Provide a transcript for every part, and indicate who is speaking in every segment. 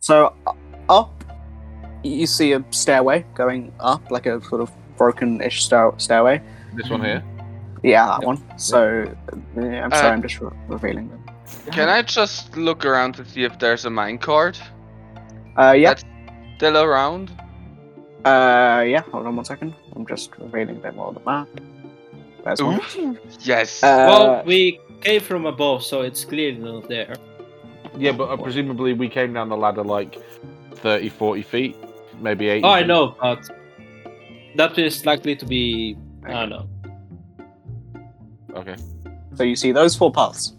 Speaker 1: So uh, up, you see a stairway going up, like a sort of broken-ish stair- stairway.
Speaker 2: This one here.
Speaker 1: Yeah, that one. So yeah, I'm sorry,
Speaker 3: Uh,
Speaker 1: I'm just re- revealing them.
Speaker 3: Can I just look around to see if there's a minecart
Speaker 1: Uh, yeah.
Speaker 3: still around?
Speaker 1: Uh, yeah. Hold on one second. I'm just revealing a bit more of the map. There's one.
Speaker 3: Yes.
Speaker 1: Uh,
Speaker 4: well, we came from above, so it's clearly not there.
Speaker 2: Yeah, but uh, presumably we came down the ladder like 30, 40 feet, maybe 80.
Speaker 4: Oh, I
Speaker 2: feet.
Speaker 4: know, but that is likely to be. I don't know.
Speaker 2: Okay.
Speaker 1: So you see those four paths.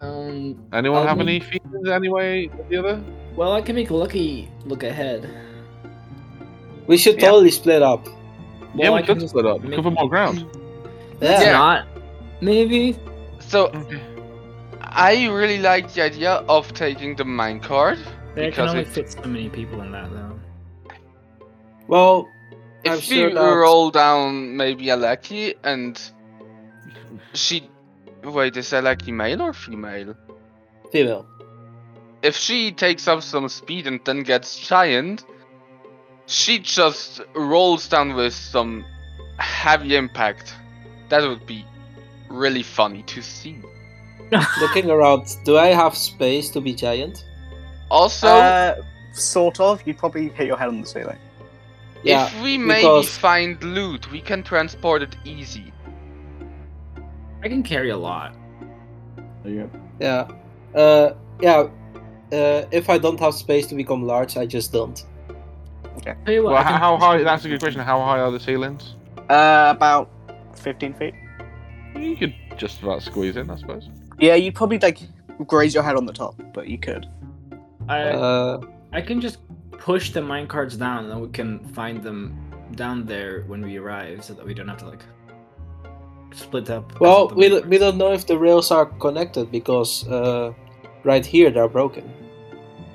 Speaker 5: Um,
Speaker 2: Anyone
Speaker 5: Um,
Speaker 2: have any feelings anyway? with The other?
Speaker 5: well, I can make a lucky look ahead.
Speaker 6: We should
Speaker 1: Yeah.
Speaker 6: totally split up.
Speaker 2: yeah,
Speaker 5: Well,
Speaker 2: we
Speaker 5: I can
Speaker 2: could
Speaker 5: just
Speaker 2: split up.
Speaker 5: make-
Speaker 2: Cover more ground.
Speaker 5: That's
Speaker 3: Yeah.
Speaker 5: not. Maybe.
Speaker 3: So I really like the idea of taking the minecart.
Speaker 7: There can
Speaker 3: Because
Speaker 7: only
Speaker 3: it-
Speaker 7: fit so many people in that, though.
Speaker 6: Well, I'm
Speaker 3: If
Speaker 6: sure
Speaker 3: we
Speaker 6: that-
Speaker 3: roll down maybe a lucky and she wait, is a lucky male or female?
Speaker 4: Female.
Speaker 3: If she takes up some speed and then gets giant, she just rolls down with some heavy impact. That would be really funny to see.
Speaker 6: looking around, do I have space to be giant?
Speaker 3: Also,
Speaker 1: uh, sort of. You probably hit your head on the ceiling.
Speaker 6: Yeah.
Speaker 3: if we maybe
Speaker 6: because-
Speaker 3: find loot, we can transport it easy.
Speaker 7: I can carry a lot.
Speaker 6: Yeah. Uh, yeah. Uh, if I don't have space to become large, I just don't.
Speaker 7: Tell you what,
Speaker 2: Well,
Speaker 7: I
Speaker 2: h-
Speaker 7: can-
Speaker 2: how high? That's a good question. How high are the ceilings?
Speaker 1: Uh, about 15 feet.
Speaker 2: You could just about squeeze in, I suppose.
Speaker 1: Yeah, you'd probably like graze your head on the top, but you could.
Speaker 7: I,
Speaker 6: Uh,
Speaker 7: I can just push the minecarts down, and then we can find them down there when we arrive, so that we don't have to like split up. 'cause
Speaker 6: well,
Speaker 7: of the
Speaker 6: we, d-
Speaker 7: minecarts.
Speaker 6: we don't know if the rails are connected because uh, right here they're broken.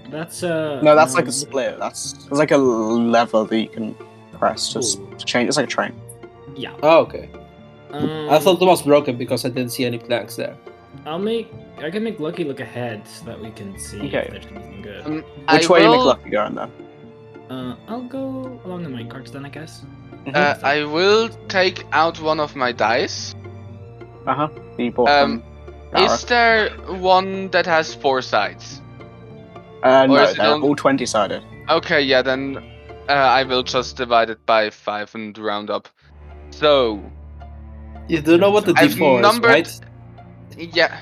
Speaker 7: That's uh.
Speaker 1: No, that's like
Speaker 7: um,
Speaker 1: a
Speaker 3: Mm.
Speaker 1: split. That's there's like a lever that you can press to, s- to change. It's like a train.
Speaker 7: Yeah.
Speaker 6: Oh, okay.
Speaker 7: Um,
Speaker 6: I thought it was broken because I didn't see any planks there.
Speaker 7: I'll make. I can make Lucky look ahead so that we can see
Speaker 1: Okay.
Speaker 7: if there's anything good.
Speaker 3: Um,
Speaker 1: Which
Speaker 3: I
Speaker 1: way you
Speaker 3: will-
Speaker 1: make luck you go in there?
Speaker 7: Uh, I'll go along the minecarts then, I guess.
Speaker 3: Uh, I will take out one of my dice.
Speaker 1: Uh huh. You bought
Speaker 3: um,
Speaker 1: them.
Speaker 3: Is there one that has four sides?
Speaker 1: uh,
Speaker 3: or
Speaker 1: no,
Speaker 3: is it
Speaker 1: they're
Speaker 3: on-
Speaker 1: all twenty sided.
Speaker 3: Okay, yeah, then uh, I will just divide it by five and round up. So,
Speaker 6: You do know what the
Speaker 3: I've
Speaker 6: D4 is,
Speaker 3: numbered-
Speaker 6: right?
Speaker 3: yeah,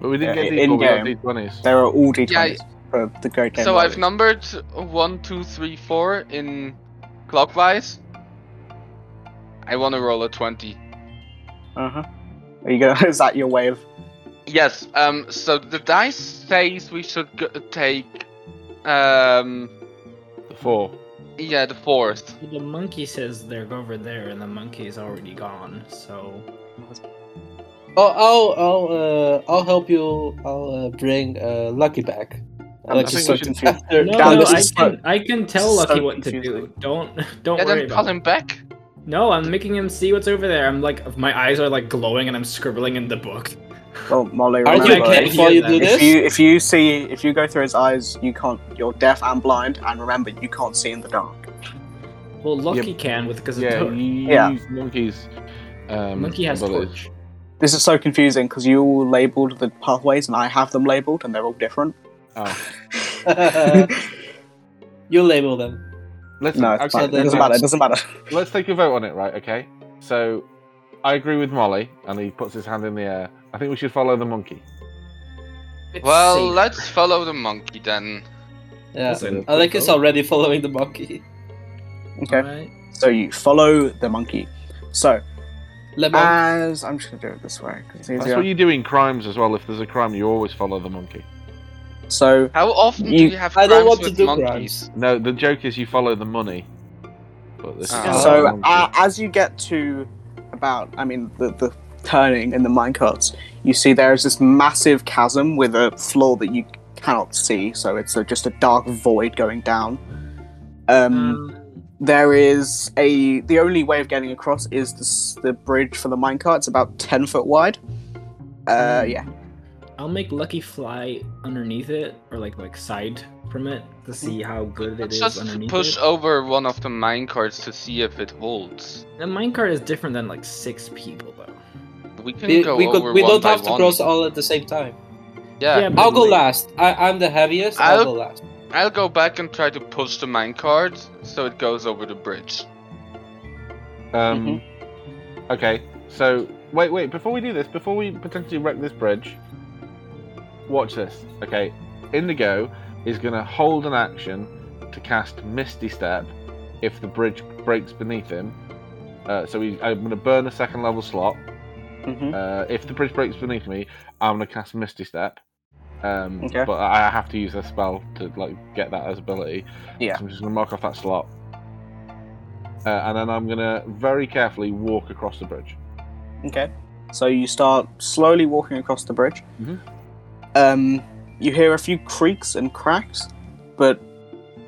Speaker 2: But we didn't
Speaker 1: Yeah,
Speaker 2: get
Speaker 1: in
Speaker 2: these, but we got
Speaker 1: game.
Speaker 2: D20s.
Speaker 1: There are all d
Speaker 3: Yeah, I-
Speaker 1: twenties for the great game.
Speaker 3: so I've
Speaker 1: not.
Speaker 3: numbered one, two, three, four in clockwise. I want to roll a 20.
Speaker 1: Uh huh. Are you gonna? Is that your way of?
Speaker 3: Yes, um, so the dice says we should g- take, um,
Speaker 2: The four.
Speaker 3: yeah, the fourth.
Speaker 7: The monkey says they're over there, and the monkey is already gone. So
Speaker 6: Oh, I'll I'll uh, I'll help you. I'll uh, bring uh, Lucky back.
Speaker 1: I'm
Speaker 6: Like
Speaker 2: just so
Speaker 6: you said
Speaker 1: confused.
Speaker 6: after-
Speaker 7: no,
Speaker 1: Damn,
Speaker 7: no,
Speaker 1: this
Speaker 7: I
Speaker 1: is
Speaker 7: can, I can tell
Speaker 1: so
Speaker 7: Lucky what to do.
Speaker 1: confusing.
Speaker 7: Don't don't
Speaker 3: Yeah,
Speaker 7: worry
Speaker 3: then call
Speaker 7: about it.
Speaker 3: him back.
Speaker 7: No, I'm making him see what's over there. I'm like, my eyes are like glowing, and I'm scribbling in the book.
Speaker 1: Well, Molly,
Speaker 6: Are
Speaker 1: remember,
Speaker 6: you okay
Speaker 1: if,
Speaker 7: for
Speaker 6: before you do
Speaker 7: If
Speaker 6: this?
Speaker 1: if you if you see if you go through his eyes, you can't. You're deaf and blind, and remember, you can't see in the dark.
Speaker 7: Well, Lucky can with because
Speaker 2: Yeah,
Speaker 7: of
Speaker 2: you
Speaker 7: the
Speaker 1: Yeah.
Speaker 2: use monkeys. Um,
Speaker 7: monkey has
Speaker 2: abilities.
Speaker 7: torch.
Speaker 1: This is so confusing because you all labeled the pathways, and I have them labeled, and they're all different.
Speaker 2: Oh.
Speaker 6: you label them.
Speaker 2: Listen,
Speaker 1: No, it's
Speaker 2: okay,
Speaker 1: fine. It
Speaker 6: then
Speaker 1: doesn't matter. It doesn't matter.
Speaker 2: let's take a vote on it, right? Okay. So I agree with Molly, and he puts his hand in the air. I think we should follow the monkey.
Speaker 7: It's
Speaker 3: Well,
Speaker 7: safe.
Speaker 3: let's follow the monkey then.
Speaker 6: Yeah,
Speaker 2: Listen,
Speaker 6: I like it's already following the monkey.
Speaker 1: Okay.
Speaker 7: Alright.
Speaker 1: So you follow the monkey. So
Speaker 6: Lemon.
Speaker 1: as I'm just gonna do it this way 'cause it's
Speaker 2: That's
Speaker 1: easier.
Speaker 2: what you do in crimes as well. If there's a crime, you always follow the monkey.
Speaker 1: So
Speaker 3: How often do
Speaker 1: You-
Speaker 3: you have
Speaker 6: I don't
Speaker 3: crimes
Speaker 6: want to
Speaker 3: with
Speaker 6: do
Speaker 3: monkeys?
Speaker 2: No, the joke is you follow the money. But this
Speaker 3: Ah.
Speaker 2: is
Speaker 1: so
Speaker 2: the monkey.
Speaker 1: uh, as you get to about, I mean, the the turning in the minecarts, you see there is this massive chasm with a floor that you cannot see. So it's a, just a dark void going down. Um,
Speaker 2: Hmm.
Speaker 1: there is a the only way of getting across is the, s- the bridge for the minecart. It's about ten foot wide. Uh, yeah.
Speaker 2: Hmm.
Speaker 7: I'll make Lucky fly underneath it, or like like side
Speaker 8: from it to see how good it
Speaker 3: Let's
Speaker 8: is
Speaker 3: Mm-hmm. just
Speaker 8: underneath
Speaker 3: push
Speaker 8: it.
Speaker 3: over one of the mine carts to see if it holds.
Speaker 8: The minecart is different than like six people though.
Speaker 3: We can
Speaker 9: We,
Speaker 3: go
Speaker 9: we,
Speaker 3: over
Speaker 9: could, we
Speaker 3: one
Speaker 9: don't
Speaker 3: by
Speaker 9: have to
Speaker 3: one.
Speaker 9: cross all at the same time.
Speaker 3: Yeah.
Speaker 8: but
Speaker 9: I'll go
Speaker 8: like-
Speaker 9: last. I, I'm the heaviest. I'll,
Speaker 3: I'll-
Speaker 9: go last.
Speaker 3: I'll go back and try to push the mine cart so it goes over the bridge.
Speaker 2: Um, Okay, so wait, wait. Before we do this, before we potentially wreck this bridge, watch this. Okay, Indigo is going to hold an action to cast Misty Step if the bridge breaks beneath him. Uh, so he, I'm going to burn a second level slot.
Speaker 1: Mhm.
Speaker 2: Uh, if the bridge breaks beneath me, I'm going to cast Misty Step. Um,
Speaker 1: Okay.
Speaker 2: But I have to use a spell to like get that as ability.
Speaker 1: Yeah.
Speaker 2: So I'm just going to mark off that slot. Uh, and then I'm gonna very carefully walk across the bridge.
Speaker 1: Okay. So you start slowly walking across the bridge.
Speaker 2: Mhm.
Speaker 1: Um, you hear a few creaks and cracks, but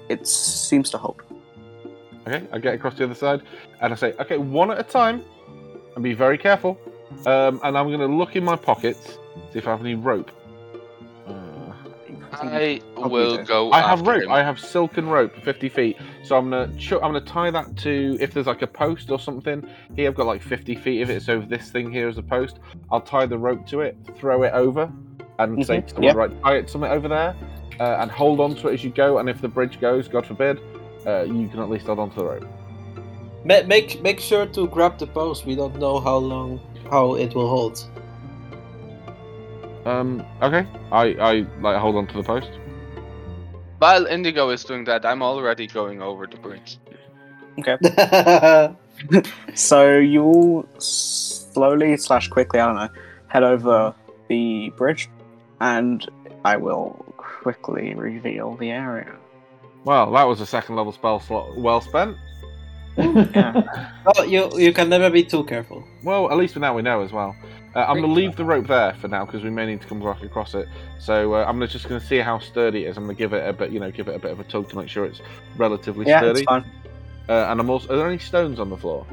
Speaker 1: it seems to hold.
Speaker 2: Okay, I get across the other side, and I say, okay, one at a time, and be very careful. Um, and I'm gonna look in my pockets, see if I have any rope. Uh,
Speaker 9: Mm-hmm.
Speaker 3: I
Speaker 1: Probably
Speaker 3: will
Speaker 1: do.
Speaker 3: go.
Speaker 2: I have
Speaker 3: after
Speaker 2: rope.
Speaker 3: him.
Speaker 2: I have silken rope, 50 feet. So I'm gonna chu I'm gonna tie that to if there's like a post or something. Here I've got like 50 feet of it. So if this thing here is a post, I'll tie the rope to it, throw it over, and say,
Speaker 3: Mm-hmm.
Speaker 1: Mhm,
Speaker 2: someone,
Speaker 1: yeah.
Speaker 2: right, tie it somewhere over there, uh, and hold on to it as you go. And if the bridge goes, God forbid, uh, you can at least hold onto the rope.
Speaker 9: Ma- make make sure to grab the post. We don't know how long how it will hold.
Speaker 2: Um, okay. I, I like hold on to the post.
Speaker 3: While Indigo is doing that, I'm already going over the bridge.
Speaker 1: So you all slowly slash quickly, I don't know, head over the bridge, and I will quickly reveal the area.
Speaker 2: Well, that was a second level spell slot well spent.
Speaker 1: Yeah.
Speaker 9: well, you you can never be too careful.
Speaker 2: Well, at least for now we know as well. Uh, I'm gonna
Speaker 8: Great.
Speaker 2: leave the rope there for now because we may need to come back across it. So uh, I'm gonna- just gonna see how sturdy it is. I'm gonna give it a bit, you know, give it a bit of a tug to make sure it's relatively
Speaker 1: yeah, it's
Speaker 2: sturdy.
Speaker 1: fine.
Speaker 2: Uh, and I'm also, are there any stones on the floor?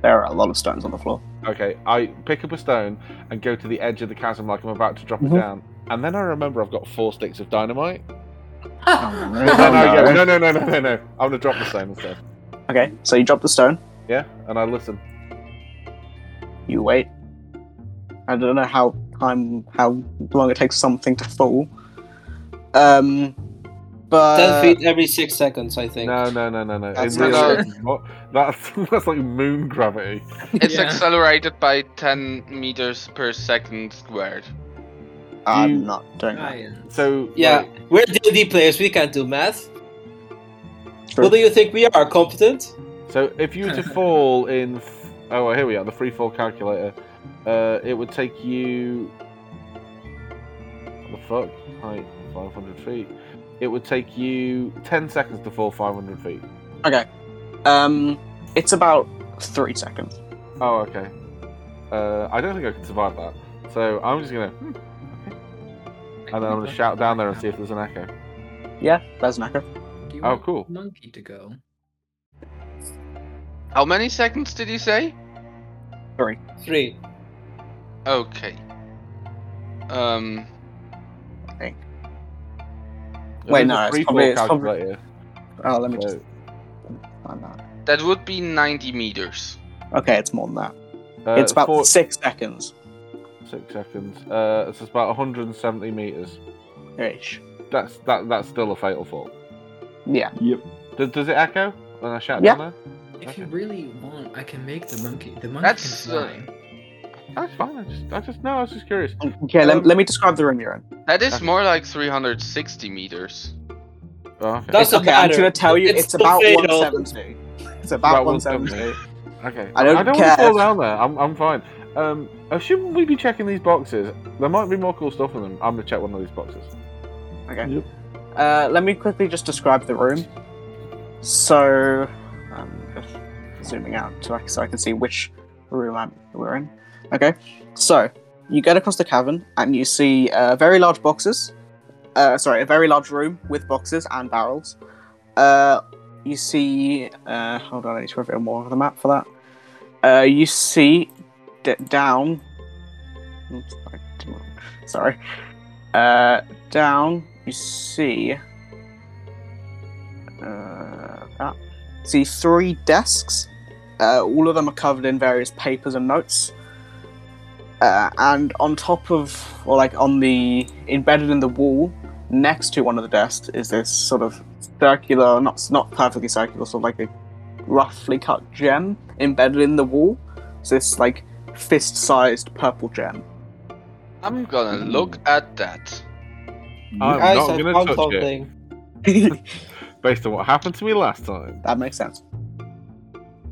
Speaker 1: There are a lot of stones on the floor.
Speaker 2: Okay, I pick up a stone and go to the edge of the chasm like I'm about to drop
Speaker 1: Mhm.
Speaker 2: it down. And then I remember I've got four sticks of dynamite.
Speaker 1: Oh,
Speaker 2: then I go,
Speaker 1: no.
Speaker 2: no, no, no, no, no, no. I'm gonna drop the stone instead.
Speaker 1: Okay, so you drop the stone,
Speaker 2: Yeah, and I listen.
Speaker 1: you wait. I don't know how time, how long it takes something to fall. Um, but
Speaker 9: Ten feet every six seconds, I think.
Speaker 2: Uh, No, no, no, no, no.
Speaker 1: That's
Speaker 2: In real
Speaker 3: not-
Speaker 2: life, it's not. That's that's like moon gravity.
Speaker 3: It's
Speaker 8: Yeah.
Speaker 3: accelerated by 10 meters per second squared.
Speaker 1: I'm
Speaker 2: you-
Speaker 1: not doing that.
Speaker 8: Giants.
Speaker 2: So
Speaker 9: Yeah,
Speaker 2: like,
Speaker 9: we're D&D players. We can't do math.
Speaker 1: True.
Speaker 9: What do you think we are? Competent?
Speaker 2: so if you were to fall in, f- oh, well, here we are, the free fall calculator. Uh, it would take you. What the fuck? Height, 500 feet. It would take you 10 seconds to fall 500 feet.
Speaker 1: Um, it's about three seconds.
Speaker 2: Oh, okay. Uh, I don't think I could survive that. So I'm just gonna, hmm, okay. and then I'm gonna shout down there and see if there's an echo.
Speaker 1: Yeah, there's an echo.
Speaker 8: Do you
Speaker 2: Oh,
Speaker 8: want
Speaker 2: cool.
Speaker 8: Monkey to go.
Speaker 3: How many seconds did he say?
Speaker 9: Three.
Speaker 3: Okay. Um.
Speaker 1: Wait,
Speaker 2: There's
Speaker 1: no,
Speaker 2: a
Speaker 1: it's
Speaker 2: free
Speaker 1: probably-
Speaker 2: fall
Speaker 1: it's probably-
Speaker 2: calculator,
Speaker 1: Oh, let me just
Speaker 2: so-
Speaker 1: find that.
Speaker 3: That would be 90 meters.
Speaker 1: Okay, it's more than that.
Speaker 2: uh,
Speaker 1: it's about
Speaker 2: four-
Speaker 1: six seconds.
Speaker 2: Six seconds. Uh, it's about 170 meters.
Speaker 1: Ish.
Speaker 2: That's that. That's still a fatal fall.
Speaker 1: Yeah.
Speaker 2: Does, does it echo when I shout
Speaker 1: Yeah.
Speaker 2: down
Speaker 8: If you
Speaker 2: Okay.
Speaker 8: really want, I can make the monkey. The monkey
Speaker 3: That's,
Speaker 8: can fly.
Speaker 2: there? That's fine. I just, I just no. I was just curious.
Speaker 1: Okay,
Speaker 2: Um,
Speaker 1: let, let me describe the room you're in.
Speaker 3: That is
Speaker 2: Okay.
Speaker 3: more like 360 meters.
Speaker 2: Oh, okay.
Speaker 9: That's-
Speaker 1: It's,
Speaker 9: doesn't
Speaker 1: okay, I'm just
Speaker 9: matter.
Speaker 1: gonna tell you,
Speaker 9: It's
Speaker 1: it's,
Speaker 9: the
Speaker 1: about
Speaker 9: fatal.
Speaker 1: 170. It's
Speaker 2: About
Speaker 1: about 170.
Speaker 2: okay.
Speaker 1: I don't
Speaker 2: I don't
Speaker 1: care.
Speaker 2: want to fall down there. I'm, I'm fine. Um, uh, shouldn't we be checking these boxes? There might be more cool stuff in them. I'm gonna check one of these boxes.
Speaker 1: Okay. Uh, let me quickly just describe the room. So, I'm just zooming out to, so I can see which room I'm, we're in. Okay, so you get across the cavern and you see uh, very large boxes. Uh, sorry, a very large room with boxes and barrels. Uh, you see. Uh, hold on, I need to reveal more of the map for that. Uh, you see d- down. oops, I didn't- Sorry. Uh, down, you see uh, see three desks. Uh, all of them are covered in various papers and notes. Uh, and on top of, or like on the, embedded in the wall, next to one of the desks is this sort of circular, not not perfectly circular, sort of like a roughly cut gem embedded in the wall. It's this like fist-sized purple gem.
Speaker 3: I'm gonna look at that.
Speaker 2: I'm
Speaker 6: Guys,
Speaker 2: not
Speaker 6: I
Speaker 2: going to
Speaker 6: found
Speaker 2: touch it
Speaker 6: something.
Speaker 1: that
Speaker 2: based on what happened to me last time.
Speaker 1: makes sense.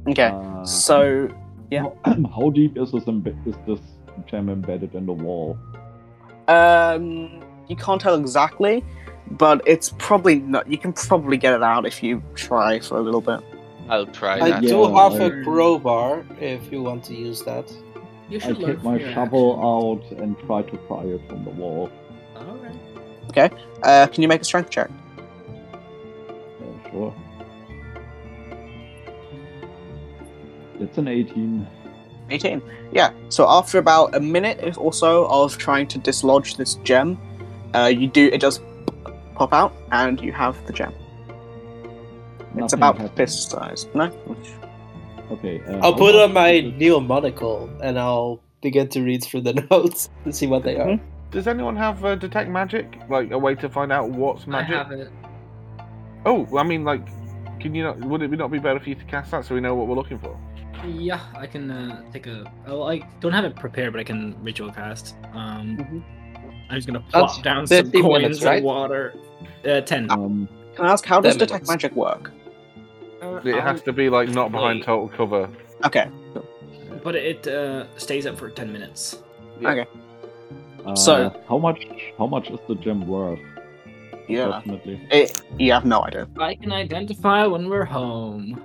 Speaker 1: Okay,
Speaker 10: Uh,
Speaker 1: so yeah.
Speaker 10: how, how deep is this embe- is this gem embedded in the wall?
Speaker 1: Um, you can't tell exactly, but it's probably not. You can probably get it out if you try for a little bit.
Speaker 3: I'll try
Speaker 6: I
Speaker 3: that.
Speaker 10: yeah,
Speaker 6: do have a
Speaker 10: like-
Speaker 6: crowbar if you want to use that.
Speaker 7: You
Speaker 10: I
Speaker 7: should learn
Speaker 10: take
Speaker 7: from
Speaker 10: my
Speaker 7: your
Speaker 10: shovel out and try to pry it from the wall.
Speaker 7: actions. All right.
Speaker 1: Uh, can you make a strength check?
Speaker 10: Uh, sure. It's an 18.
Speaker 1: 18. Yeah. So after about a minute or so of trying to dislodge this gem, uh, you do it does pop out, and you have the gem. it's
Speaker 10: Nothing
Speaker 1: about
Speaker 10: happened.
Speaker 1: fist size. No.
Speaker 10: Okay. uh,
Speaker 6: I'll
Speaker 10: how
Speaker 6: put
Speaker 10: much
Speaker 6: on my
Speaker 10: is it?
Speaker 6: new monocle and I'll begin to read through the notes and see what they are.
Speaker 2: Does anyone have uh, detect magic? Like a way to find out what's
Speaker 7: I
Speaker 2: magic?
Speaker 7: have it.
Speaker 2: Oh, well, I mean, like, can you not? Would it be not be better for you to cast that so we know what we're looking for?
Speaker 7: Yeah, I can uh, take a. Oh, I don't have it prepared, but I can ritual cast. Um,
Speaker 10: Mm-hmm.
Speaker 1: Mhm.
Speaker 7: I'm just gonna
Speaker 6: That's
Speaker 7: plop down some
Speaker 6: 50
Speaker 7: coins
Speaker 6: minutes, right?
Speaker 7: and water. Uh, ten.
Speaker 10: Um,
Speaker 1: Can I ask how does
Speaker 6: Ten
Speaker 1: detect
Speaker 6: minutes.
Speaker 1: magic work?
Speaker 2: It has to be like not behind
Speaker 7: Uh, um,
Speaker 2: total
Speaker 7: Wait.
Speaker 2: cover.
Speaker 1: Okay.
Speaker 7: But it uh, stays up for ten minutes.
Speaker 10: uh,
Speaker 1: So-
Speaker 10: how much? How much is the gem worth?
Speaker 1: Yeah.
Speaker 10: Definitely.
Speaker 1: It, you have no idea.
Speaker 7: I can identify when we're home.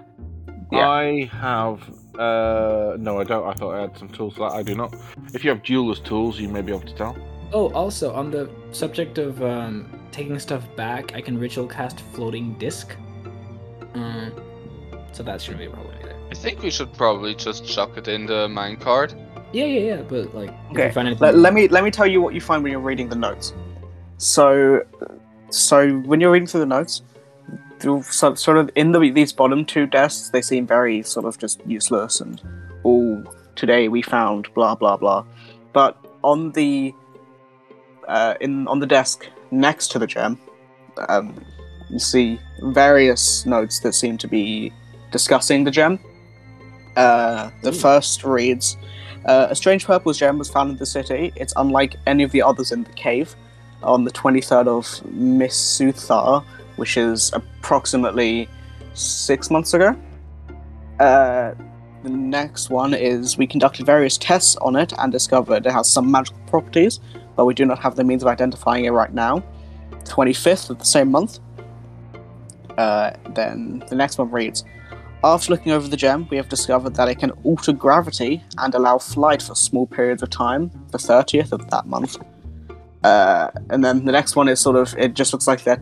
Speaker 1: Yeah.
Speaker 2: I have. Uh, no, I don't. I thought I had some tools for that. I do not. If you have jeweler's tools, you may be able to tell.
Speaker 7: Oh, also on the subject of um, taking stuff back, I can ritual cast floating disc. Um, so that shouldn't be a problem either.
Speaker 3: I think we should probably just chuck it in the minecart.
Speaker 7: Yeah, yeah, yeah. But like, if you
Speaker 1: Okay,
Speaker 7: find anything-
Speaker 1: Let, let me let me tell you what you find when you're reading the notes. So, so when you're reading through the notes, you'll so, sort of in the these bottom two desks, they seem very sort of just useless and all. Today we found blah blah blah, but on the uh, in on the desk next to the gem, um, you see various notes that seem to be discussing the gem. Uh, the first reads. Uh, a strange purple gem was found in the city. It's unlike any of the others in the cave. On the 23rd of Misuthar, which is approximately six months ago. Uh, the next one is we conducted various tests on it and discovered it has some magical properties, but we do not have the means of identifying it right now. 25th of the same month. Uh, then the next one reads after looking over the gem, we have discovered that it can alter gravity and allow flight for small periods of time, the 30th of that month. Uh, and then the next one is sort of, it just looks like they're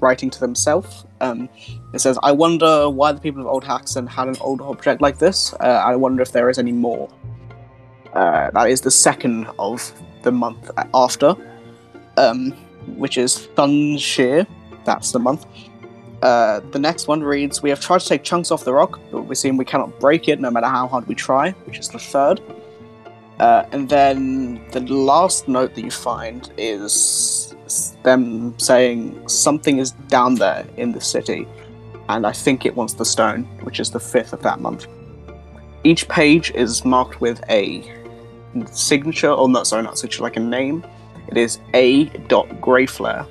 Speaker 1: writing to themselves. Um, it says, I wonder why the people of Old Haxon had an old object like this. Uh, I wonder if there is any more. Uh, that is the second of the month after, um, which is Thunshir. That's the month. Uh, the next one reads We have tried to take chunks off the rock, but we seem we cannot break it no matter how hard we try, which is the third. Uh, and then the last note that you find is s- them saying something is down there in the city, and I think it wants the stone, which is the fifth of that month. Each page is marked with a signature, or not, sorry, not signature, like a name. It is A. Greyflare.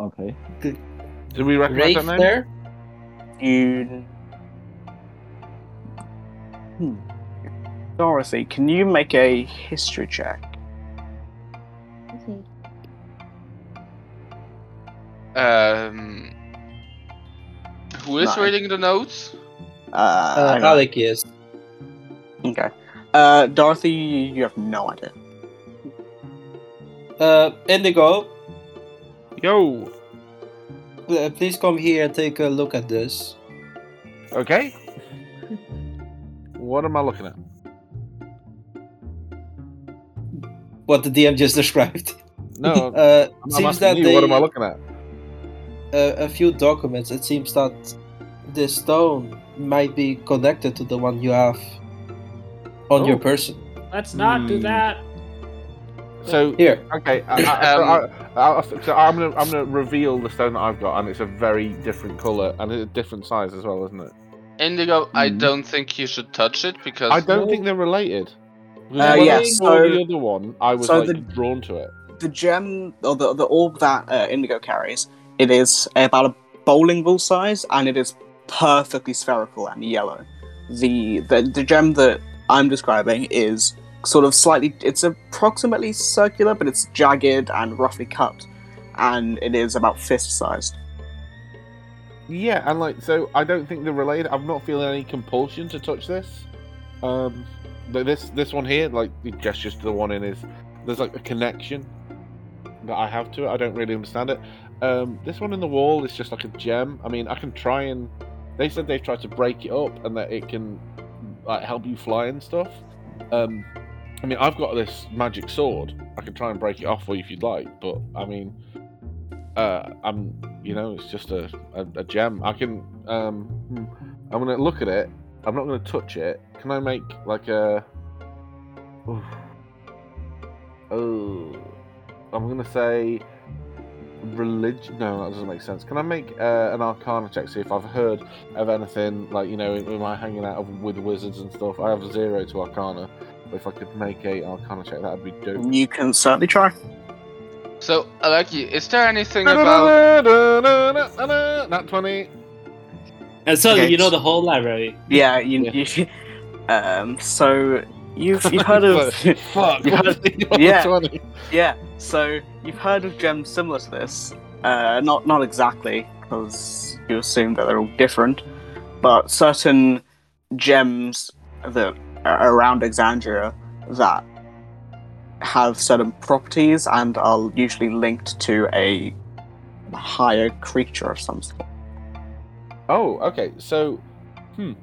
Speaker 10: Okay.
Speaker 2: Do we recognize
Speaker 6: Wraith
Speaker 2: Mm-hmm. that name?
Speaker 6: there?
Speaker 1: You. Hmm. Dorothy, can you make a history check?
Speaker 11: Okay.
Speaker 3: Um, who is
Speaker 1: Right.
Speaker 3: reading the notes?
Speaker 1: Uh,
Speaker 6: Uh,
Speaker 1: hang on.
Speaker 6: Alec is.
Speaker 1: Okay. Uh, Dorothy, you have no idea.
Speaker 6: Uh, Indigo,
Speaker 2: Yo.
Speaker 6: uh, please come here and take a look at this.
Speaker 2: Okay. What am I looking at?
Speaker 6: What the DM just described.
Speaker 2: No, I'm-
Speaker 6: Uh,
Speaker 2: I'm
Speaker 6: seems
Speaker 2: asking
Speaker 6: Uh, that
Speaker 2: you.
Speaker 6: they,
Speaker 2: What am I looking at?
Speaker 9: a, a few documents, it seems that this stone might be connected to the one you have on your
Speaker 8: Oh.
Speaker 9: person.
Speaker 8: Let's not do
Speaker 2: Hmm.
Speaker 8: that.
Speaker 2: So
Speaker 9: Here,
Speaker 2: okay, I, I,
Speaker 1: Um,
Speaker 2: I, I, I, so I'm gonna I'm gonna reveal the stone that I've got, and it's a very different color and it's a different size as well, isn't it?
Speaker 3: Indigo, I
Speaker 10: Mhm.
Speaker 3: don't think you should touch it because
Speaker 2: Mm-hmm. I don't think they're related.
Speaker 1: Uh,
Speaker 2: when
Speaker 1: yeah,
Speaker 2: I saw
Speaker 1: so-
Speaker 2: the other one, I was
Speaker 1: so
Speaker 2: like
Speaker 1: the-
Speaker 2: drawn to it.
Speaker 1: the gem or the, the orb that uh, Indigo carries, it is about a bowling ball size, and it is perfectly spherical and yellow. The the, the gem that I'm describing is sort of slightly, it's approximately circular, but it's jagged and roughly cut, and it is about fist sized.
Speaker 2: Yeah, and like so, I don't think they're related. I'm not feeling any compulsion to touch this. Um, but this this one here, like the gestures to the one in is there's like a connection that I have to it. I don't really understand it. Um, this one in the wall is just like a gem. I mean, I can try and they said they've tried to break it up and that it can like help you fly and stuff. Um, I mean, I've got this magic sword. I can try and break it off for you if you'd like, but I mean, uh, I'm you know, it's just a a, a gem. I can. Um, hmm, I'm gonna look at it. I'm not gonna touch it. Can I make like a? Oof. Oh, I'm gonna say religion. No, that doesn't make sense. Can I make uh, an Arcana check? See if I've heard of anything. Like you know, am I hanging out with wizards and stuff? I have zero to Arcana. But if I could make a Arcana check, that'd be dope.
Speaker 1: You can certainly try.
Speaker 3: So, Alaki, is there anything about
Speaker 2: Not twenty.
Speaker 6: And suddenly
Speaker 1: Okay.
Speaker 6: you know the whole library.
Speaker 1: Yeah, you. you um, so you've you've heard of.
Speaker 2: Fuck.
Speaker 1: You
Speaker 2: what's the
Speaker 1: yeah.
Speaker 2: 20?
Speaker 1: Yeah, so you've heard of gems similar to this. Uh, not not exactly, because you assume that they're all different, but certain gems that are around Exandria that have certain properties and are usually linked to a higher creature of some sort,
Speaker 2: Oh, okay. So,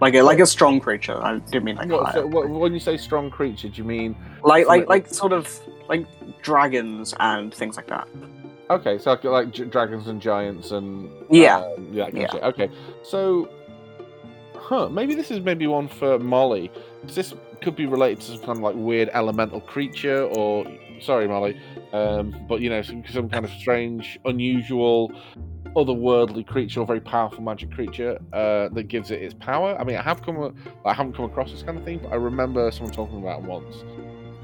Speaker 1: like a like a strong creature. I didn't mean like
Speaker 2: what,
Speaker 1: higher.
Speaker 2: so what, when you say strong creature, do you mean
Speaker 1: like like like sort of like dragons and things like that.
Speaker 2: okay? So like, like gi- dragons and giants and
Speaker 1: Yeah.
Speaker 2: um, yeah, that kind of
Speaker 1: Yeah.
Speaker 2: shit. Okay, so huh? Maybe this is maybe one for Molly. 'cause This could be related to some kind of like weird elemental creature, or sorry, Molly, um, but you know, some, some kind of strange, unusual, otherworldly creature or very powerful magic creature uh, that gives it its power. I mean, I have come, a- I haven't come across this kind of thing, but I remember someone talking about it once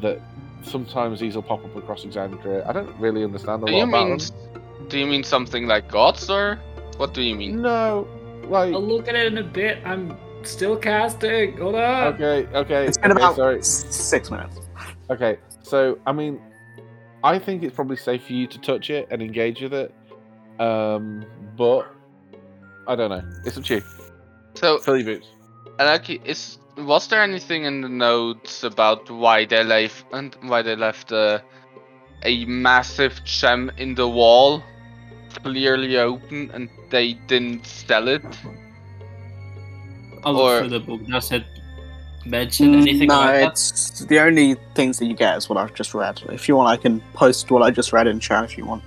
Speaker 2: that sometimes these will pop up across Alexandria. I don't really understand a
Speaker 3: Do
Speaker 2: lot
Speaker 3: you
Speaker 2: about
Speaker 3: mean
Speaker 2: them.
Speaker 3: do you mean something like gods or what do you mean?
Speaker 2: No, like
Speaker 8: I'll look at it in a bit. I'm still casting. Hold on.
Speaker 2: okay, okay.
Speaker 1: It's been
Speaker 2: okay,
Speaker 1: about
Speaker 2: sorry.
Speaker 1: s- six minutes.
Speaker 2: Okay, so I mean, I think it's probably safe for you to touch it and engage with it, um, but I don't know. It's up to you.
Speaker 3: So,
Speaker 2: Philly boots.
Speaker 3: Alaki, is was there anything in the notes about why they left and why they left uh, a massive gem in the wall, clearly open, and they didn't sell it?
Speaker 6: I'll look
Speaker 3: Or-
Speaker 6: through the book. Does it mention anything
Speaker 1: Mm, no,
Speaker 6: about that?
Speaker 1: it's the only things that you get is what I've just read. If you want, I can post what I just read in chat if you want.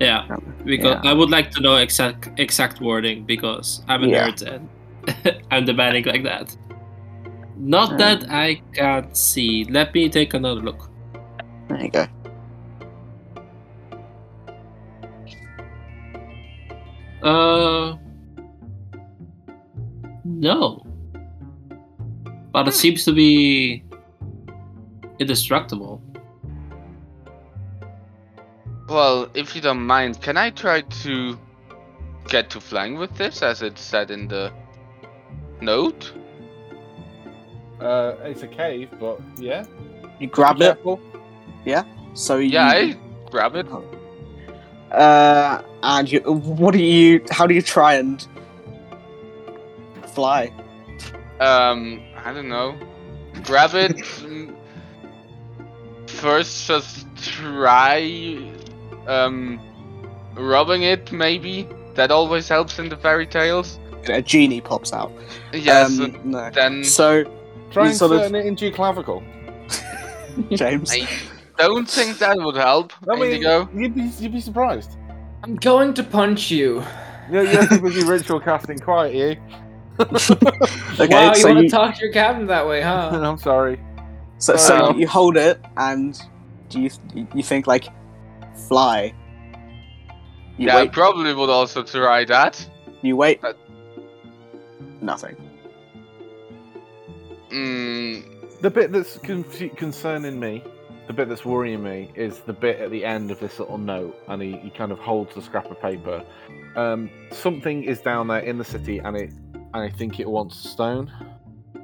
Speaker 6: Yeah, because I would like to know exact exact wording because I'm a
Speaker 1: Yeah.
Speaker 6: nerd and I'm demanding like that. Not that I can't see. Let me take another look.
Speaker 1: There you go.
Speaker 6: Uh, no. But
Speaker 1: Hmm.
Speaker 6: it seems to be indestructible.
Speaker 3: Well, if you don't mind, can I try to get to flying with this, as it said in the note?
Speaker 2: Uh, it's a cave, but yeah.
Speaker 1: You grab it.
Speaker 2: Careful.
Speaker 1: So you,
Speaker 3: Yeah, I grab it.
Speaker 1: Uh, and you, what do you? How do you try and fly?
Speaker 3: Um, I don't know. Grab it. mm, First, just try um, rubbing it, maybe. That always helps in the fairy tales.
Speaker 1: A genie pops out.
Speaker 3: Yes, Mm.
Speaker 1: Um, no.
Speaker 3: and then
Speaker 1: So
Speaker 2: Try
Speaker 1: You
Speaker 2: and
Speaker 1: sort of-
Speaker 2: turn it into your clavicle.
Speaker 1: James,
Speaker 3: I don't think that would help.
Speaker 2: I mean,
Speaker 3: Indigo.
Speaker 2: you'd be you'd be surprised.
Speaker 7: I'm going to punch you.
Speaker 2: You're, you're too busy ritual casting quiet, you.
Speaker 1: Okay,
Speaker 7: wow, you
Speaker 1: so
Speaker 7: want to
Speaker 1: you,
Speaker 7: talk to your captain that way, huh?
Speaker 2: I'm sorry.
Speaker 1: so, so
Speaker 2: Wow.
Speaker 3: um,
Speaker 1: you hold it, and do you you think like fly? You
Speaker 3: yeah, I
Speaker 1: wait.
Speaker 3: probably would also try that.
Speaker 1: you wait.
Speaker 3: Uh,
Speaker 1: Nothing.
Speaker 3: Mm,
Speaker 2: The bit that's conf- concerning me, the bit that's worrying me, is the bit at the end of this little note, and he, he kind of holds the scrap of paper. Um, something is down there in the city, and it and I think it wants stone.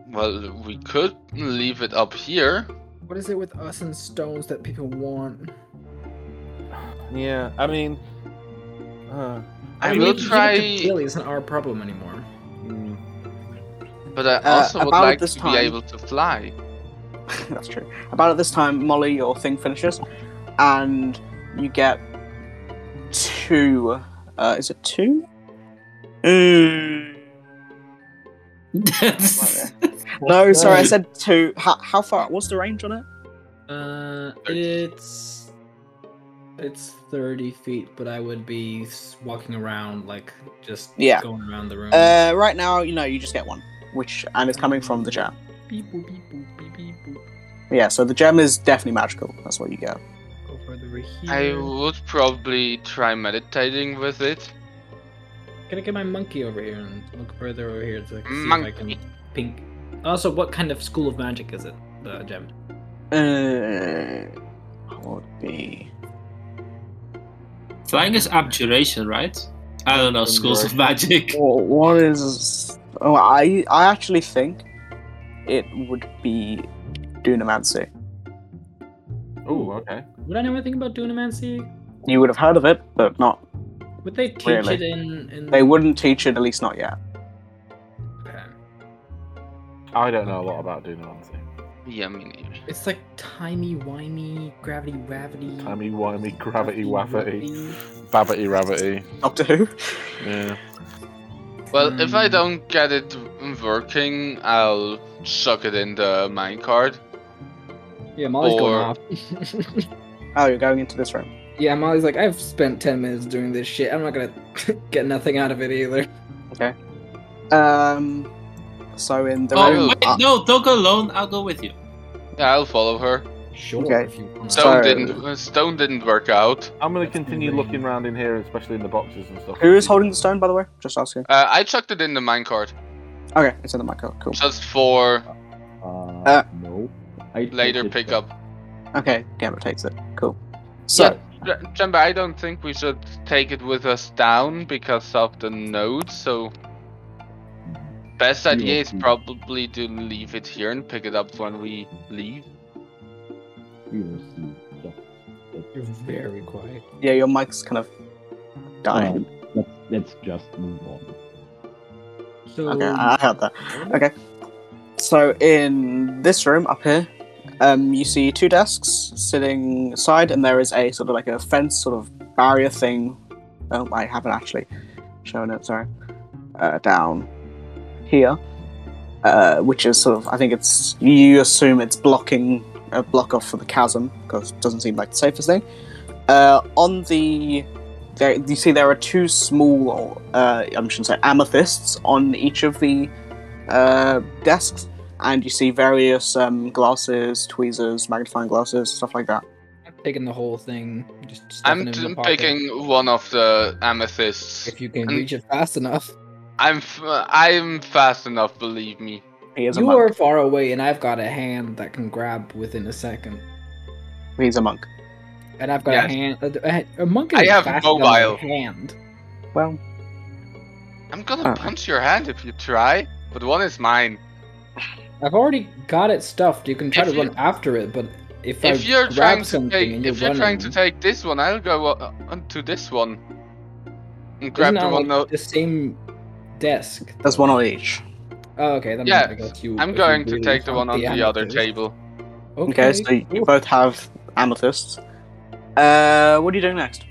Speaker 3: well, we could leave it up here.
Speaker 7: What is it with us and stones that people want?
Speaker 2: Yeah, I mean, uh,
Speaker 3: I
Speaker 2: mean,
Speaker 3: will
Speaker 2: you-
Speaker 3: try,
Speaker 7: Daily isn't our problem anymore.
Speaker 2: mm,
Speaker 3: but I
Speaker 1: Uh,
Speaker 3: also would
Speaker 1: about
Speaker 3: like to
Speaker 1: this
Speaker 3: be
Speaker 1: time-
Speaker 3: able to fly.
Speaker 1: That's true. About at this time, Molly, your thing finishes, and you get two. Uh, is it two? Mm.
Speaker 6: That's
Speaker 1: No, sorry, I said two. How, how far? What's the range on it?
Speaker 7: Uh, it's it's thirty feet, but I would be s- walking around like just
Speaker 1: Yeah.
Speaker 7: going around the room.
Speaker 1: Uh, right now, you know, you just get one, which and it's coming from the gem.
Speaker 7: beep boop beep boop beep beep boop.
Speaker 1: Yeah, so the gem is definitely magical. That's what you get.
Speaker 7: Go further here.
Speaker 3: I would probably try meditating with it.
Speaker 7: Gonna get my monkey over here and look further over here to see if I
Speaker 3: Monkey.
Speaker 7: can pink. Also, what kind of school of magic is it? The gem.
Speaker 1: Uh, what would be?
Speaker 6: Flying is abjuration, right? I don't know, schools of magic.
Speaker 1: Wha- what is? Oh, I I actually think it would be dunamancy.
Speaker 2: ooh, okay.
Speaker 7: Would I know anything about dunamancy?
Speaker 1: You would have heard of it, but not.
Speaker 7: Would they teach
Speaker 1: Really?
Speaker 7: it in in?
Speaker 1: They wouldn't teach it, at least not yet.
Speaker 7: Okay.
Speaker 2: I don't know a lot about Dunamancy.
Speaker 3: Yeah, me neither.
Speaker 7: It's like timey wimey, gravity ravity.
Speaker 2: Timey wimey, gravity waffety,
Speaker 7: waffety.
Speaker 2: babbity rabbity.
Speaker 1: Doctor Who.
Speaker 2: Yeah.
Speaker 3: Well, if I
Speaker 7: Hmm.
Speaker 3: don't get it working, I'll chuck it in the minecart.
Speaker 7: Yeah, Molly's
Speaker 3: Or-
Speaker 7: going off.
Speaker 1: Oh, you're going into this room.
Speaker 7: yeah, Molly's like, I've spent ten minutes doing this shit. I'm not gonna get nothing out of it either.
Speaker 1: Um, so in the
Speaker 6: Oh,
Speaker 1: room.
Speaker 6: wait,
Speaker 1: uh,
Speaker 6: no, don't go alone. I'll go with you.
Speaker 3: Yeah, I'll follow her.
Speaker 7: Sure.
Speaker 1: Okay.
Speaker 7: If you want.
Speaker 1: So-
Speaker 3: Stone didn't. uh, Stone didn't work out.
Speaker 2: I'm gonna
Speaker 7: That's
Speaker 2: continue
Speaker 7: amazing.
Speaker 2: looking around in here, especially in the boxes and stuff.
Speaker 1: who is holding the stone, by the way? Just asking.
Speaker 3: Uh, I chucked it in the minecart
Speaker 1: Okay, it's in the mic. oh, Cool.
Speaker 3: just for
Speaker 10: Uh,
Speaker 1: Uh,
Speaker 10: no. I
Speaker 3: later
Speaker 10: take it
Speaker 3: pickup.
Speaker 1: Okay, Gambit takes it. Cool. So,
Speaker 3: Re- Remember, I don't think we should take it with us down because of the nodes. So, best idea is
Speaker 10: Mhm.
Speaker 3: probably to leave it here and pick it up when we leave.
Speaker 10: We will see. Just-
Speaker 7: You're very quiet.
Speaker 1: yeah, your mic's kind of dying.
Speaker 10: Alright, let's, let's just move on.
Speaker 7: So
Speaker 1: Okay, I heard that. Okay. So in this room up here, um, you see two desks sitting aside, and there is a sort of like a fence, sort of barrier thing. Oh, I haven't actually shown it. Sorry. Uh, down here, uh, which is sort of I think it's you assume it's blocking a block off for the chasm because it doesn't seem like the safest thing. Uh, on the there, you see there are two small, uh, I shouldn't say amethysts on each of the uh, desks, and you see various um, glasses, tweezers, magnifying glasses, stuff like that.
Speaker 7: I'm taking the whole thing. Just stuffing
Speaker 3: I'm
Speaker 7: it in
Speaker 3: t-
Speaker 7: my pocket.
Speaker 3: picking one of the amethysts.
Speaker 7: If you can
Speaker 3: and-
Speaker 7: reach it fast enough.
Speaker 3: I'm f- I'm fast enough, believe me.
Speaker 1: He is a
Speaker 7: You
Speaker 1: monk.
Speaker 7: are far away, and I've got a hand that can grab within a second.
Speaker 1: He's a monk.
Speaker 7: And I've got
Speaker 3: Yes.
Speaker 7: a hand. A, a, a monkey.
Speaker 3: I
Speaker 7: is
Speaker 3: have
Speaker 7: faster than my
Speaker 3: mobile.
Speaker 7: hand.
Speaker 1: Well,
Speaker 3: I'm gonna
Speaker 1: Alright.
Speaker 3: punch your hand if you try, but one is mine.
Speaker 7: I've already got it stuffed. You can try
Speaker 3: If
Speaker 7: to
Speaker 3: you-
Speaker 7: run after it, but if, I
Speaker 3: if you're
Speaker 7: grab
Speaker 3: trying to
Speaker 7: something
Speaker 3: take,
Speaker 7: and
Speaker 3: if you're trying to
Speaker 7: running,
Speaker 3: take this one, I'll go uh, onto this one and grab
Speaker 7: isn't
Speaker 3: the
Speaker 7: that
Speaker 3: one.
Speaker 7: on, like,
Speaker 3: o-
Speaker 7: the same desk.
Speaker 1: there's one on each.
Speaker 7: Oh, okay. Then
Speaker 3: Yeah,
Speaker 7: I guess you,
Speaker 3: I'm
Speaker 7: if you
Speaker 3: going to
Speaker 7: really
Speaker 3: take the
Speaker 7: want
Speaker 3: one on the other
Speaker 7: amethyst.
Speaker 3: table.
Speaker 1: Okay, so you
Speaker 7: cool.
Speaker 1: both have amethysts. Uh, what are you doing next?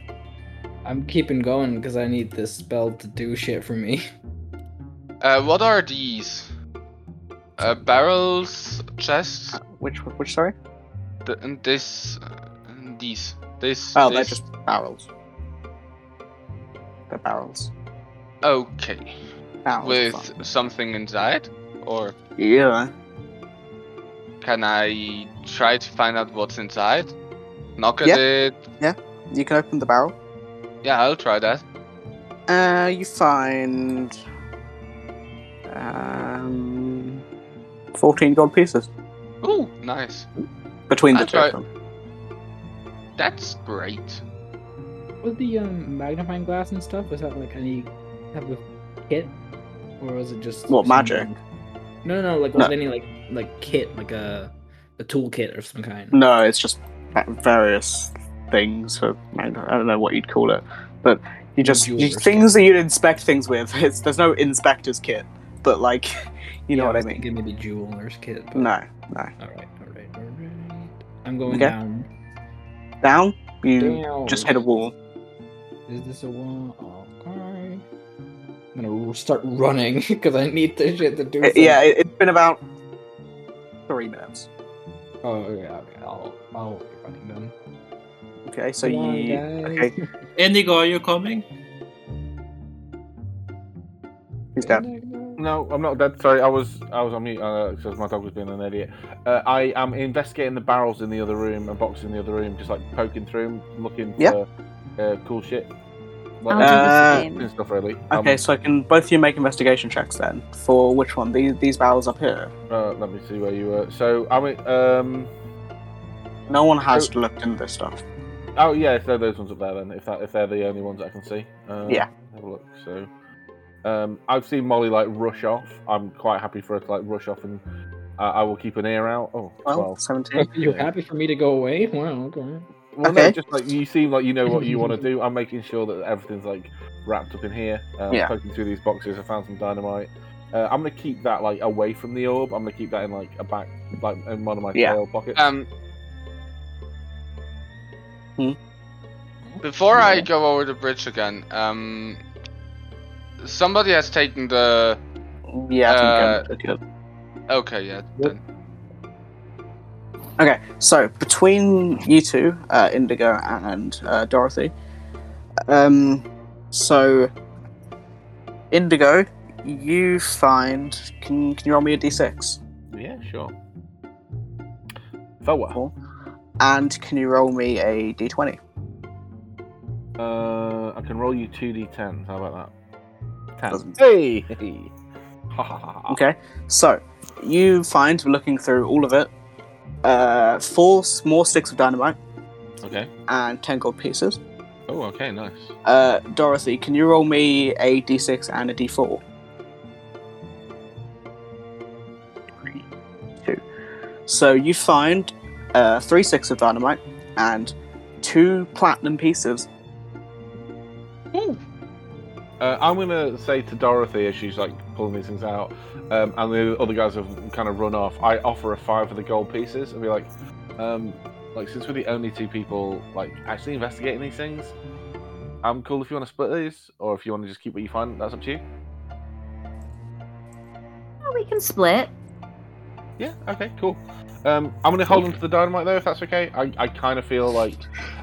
Speaker 7: I'm keeping going because I need this spell to do shit for me.
Speaker 3: Uh, what are these? Uh, barrels, chests,
Speaker 1: Uh, Which which sorry?
Speaker 3: th- uh, and this, and these, this.
Speaker 1: Oh, they're
Speaker 3: this.
Speaker 1: just barrels. their barrels.
Speaker 3: Okay.
Speaker 1: Barrels,
Speaker 3: With
Speaker 1: but-
Speaker 3: something inside? Or
Speaker 1: yeah,
Speaker 3: can I try to find out what's inside? Knock at
Speaker 1: Yeah.
Speaker 3: it.
Speaker 1: you can open the barrel.
Speaker 3: Yeah, I'll try that.
Speaker 1: Uh, you find um, fourteen gold pieces
Speaker 3: Ooh, nice.
Speaker 1: between the
Speaker 3: That's
Speaker 1: two
Speaker 3: right.
Speaker 1: of them.
Speaker 3: That's great.
Speaker 8: Was the um, magnifying glass and stuff? Was that like any type of kit, or was it just
Speaker 1: What,
Speaker 8: some
Speaker 1: magic?
Speaker 8: kind- No, no, no. Like was it
Speaker 1: No.
Speaker 8: any like like kit, like a a toolkit or some kind?
Speaker 1: No, it's just va- various things. For, I don't- I don't know what you'd call it, but you just
Speaker 8: Jewels
Speaker 1: you,
Speaker 8: or stuff.
Speaker 1: things that you'd inspect things with. It's, there's no inspector's kit, but like, you know
Speaker 8: Yeah,
Speaker 1: what I
Speaker 8: was
Speaker 1: mean?
Speaker 8: thinking Maybe jeweler's kit. but-
Speaker 1: No,
Speaker 8: All right, all right, all right. I'm going
Speaker 1: Okay.
Speaker 8: down.
Speaker 1: down. You
Speaker 8: Down.
Speaker 1: just hit a wall.
Speaker 8: Is this a wall? Okay. I'm gonna r- start running because I need this shit to do.
Speaker 1: It-
Speaker 8: something.
Speaker 1: Uh, yeah, it, it's been about three minutes.
Speaker 8: Oh yeah. Okay. I'll I'll be running then.
Speaker 1: Okay, so
Speaker 8: Come on,
Speaker 1: you
Speaker 8: guys.
Speaker 1: okay.
Speaker 6: Indigo, are you coming?
Speaker 1: he's dead.
Speaker 2: No, I'm not dead. Sorry, I was I was on mute because my dog was being an idiot. Uh, I am investigating the barrels in the other room and boxes in the other room, just like poking through them, looking
Speaker 1: Yeah.
Speaker 2: for uh, cool shit.
Speaker 12: I'll
Speaker 2: uh,
Speaker 1: Uh,
Speaker 12: do the
Speaker 2: and
Speaker 12: same.
Speaker 2: stuff really.
Speaker 1: Okay,
Speaker 2: Um,
Speaker 1: so I can both of you make investigation checks then for which one? These these barrels up here.
Speaker 2: uh, let me see where you were. So I'm. at, Um,
Speaker 1: No one has looked into this stuff.
Speaker 2: oh yeah, so those ones up there then. If that if they're the only ones that I can see. Uh,
Speaker 1: Yeah.
Speaker 2: Have a look. So. Um, I've seen Molly like rush off. I'm quite happy for her to like rush off, and uh, I will keep an ear out. Oh,
Speaker 1: Well,
Speaker 2: 12.
Speaker 1: seventeen.
Speaker 8: You happy for me to go away? Wow. Okay.
Speaker 2: Well, no,
Speaker 1: Okay.
Speaker 2: just like you seem like you know what you want to do. I'm making sure that everything's like wrapped up in here. Uh,
Speaker 1: Yeah.
Speaker 2: Poking through these boxes, I found some dynamite. Uh, I'm gonna keep that like away from the orb. I'm gonna keep that in like a back, like in one of my
Speaker 1: Yeah. Uh,
Speaker 2: tail pockets.
Speaker 3: Um.
Speaker 1: Hmm?
Speaker 3: Before I go over the bridge again, um, somebody has taken the.
Speaker 1: Yeah, I
Speaker 3: Uh,
Speaker 1: think I'm good.
Speaker 3: Okay, yeah. Then.
Speaker 1: Okay, so between you two, uh, Indigo and uh, Dorothy, um, so Indigo, you find. Can, can you roll me a d6?
Speaker 2: yeah, sure. For what?
Speaker 1: Cool. And can you roll me a d20?
Speaker 2: Uh, I can roll you two d10s. How about that? Ten.
Speaker 1: Doesn't-
Speaker 2: Hey. Ha, ha, ha, ha.
Speaker 1: Okay, so you find, looking through all of it, uh, four s- more sticks of dynamite
Speaker 2: Okay.
Speaker 1: and ten gold pieces.
Speaker 2: Oh, okay, nice.
Speaker 1: Uh, Dorothy, can you roll me a d6 and a d4? Three, two. So you find uh, three sticks of dynamite and two platinum pieces.
Speaker 2: Uh, I'm gonna say to Dorothy as she's like pulling these things out, um, and the other guys have kind of run off. I offer a five for the gold pieces and be like, um, like since we're the only two people like actually investigating these things, I'm cool if you want to split these, or if you want to just keep what you find. That's up to you.
Speaker 12: Well, we can split.
Speaker 2: Yeah. Okay. Cool. Um, I'm gonna hold on to the dynamite though, if that's okay. I, I kind of feel like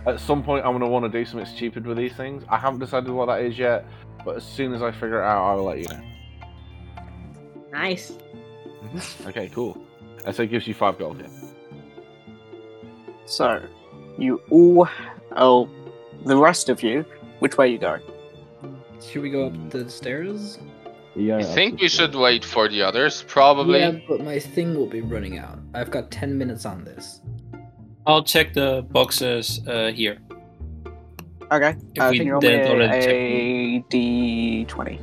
Speaker 2: at some point I'm gonna want to do something stupid with these things. I haven't decided what that is yet, but as soon as I figure it out, I will let you know.
Speaker 12: Nice.
Speaker 2: Okay, cool. And so it gives you five gold. Yeah.
Speaker 1: So you all, oh, the rest of you, which way are you going?
Speaker 8: Should we go up the stairs?
Speaker 10: Yeah,
Speaker 3: I
Speaker 10: up
Speaker 3: think
Speaker 10: the
Speaker 3: we should
Speaker 10: stairs.
Speaker 3: wait for the others, probably.
Speaker 8: Yeah, but my thing will be running out. I've got ten minutes on this.
Speaker 6: I'll check the boxes uh, here.
Speaker 1: Okay,
Speaker 6: If
Speaker 1: uh,
Speaker 6: we
Speaker 1: can you roll me
Speaker 6: didn't already check.
Speaker 1: a d20?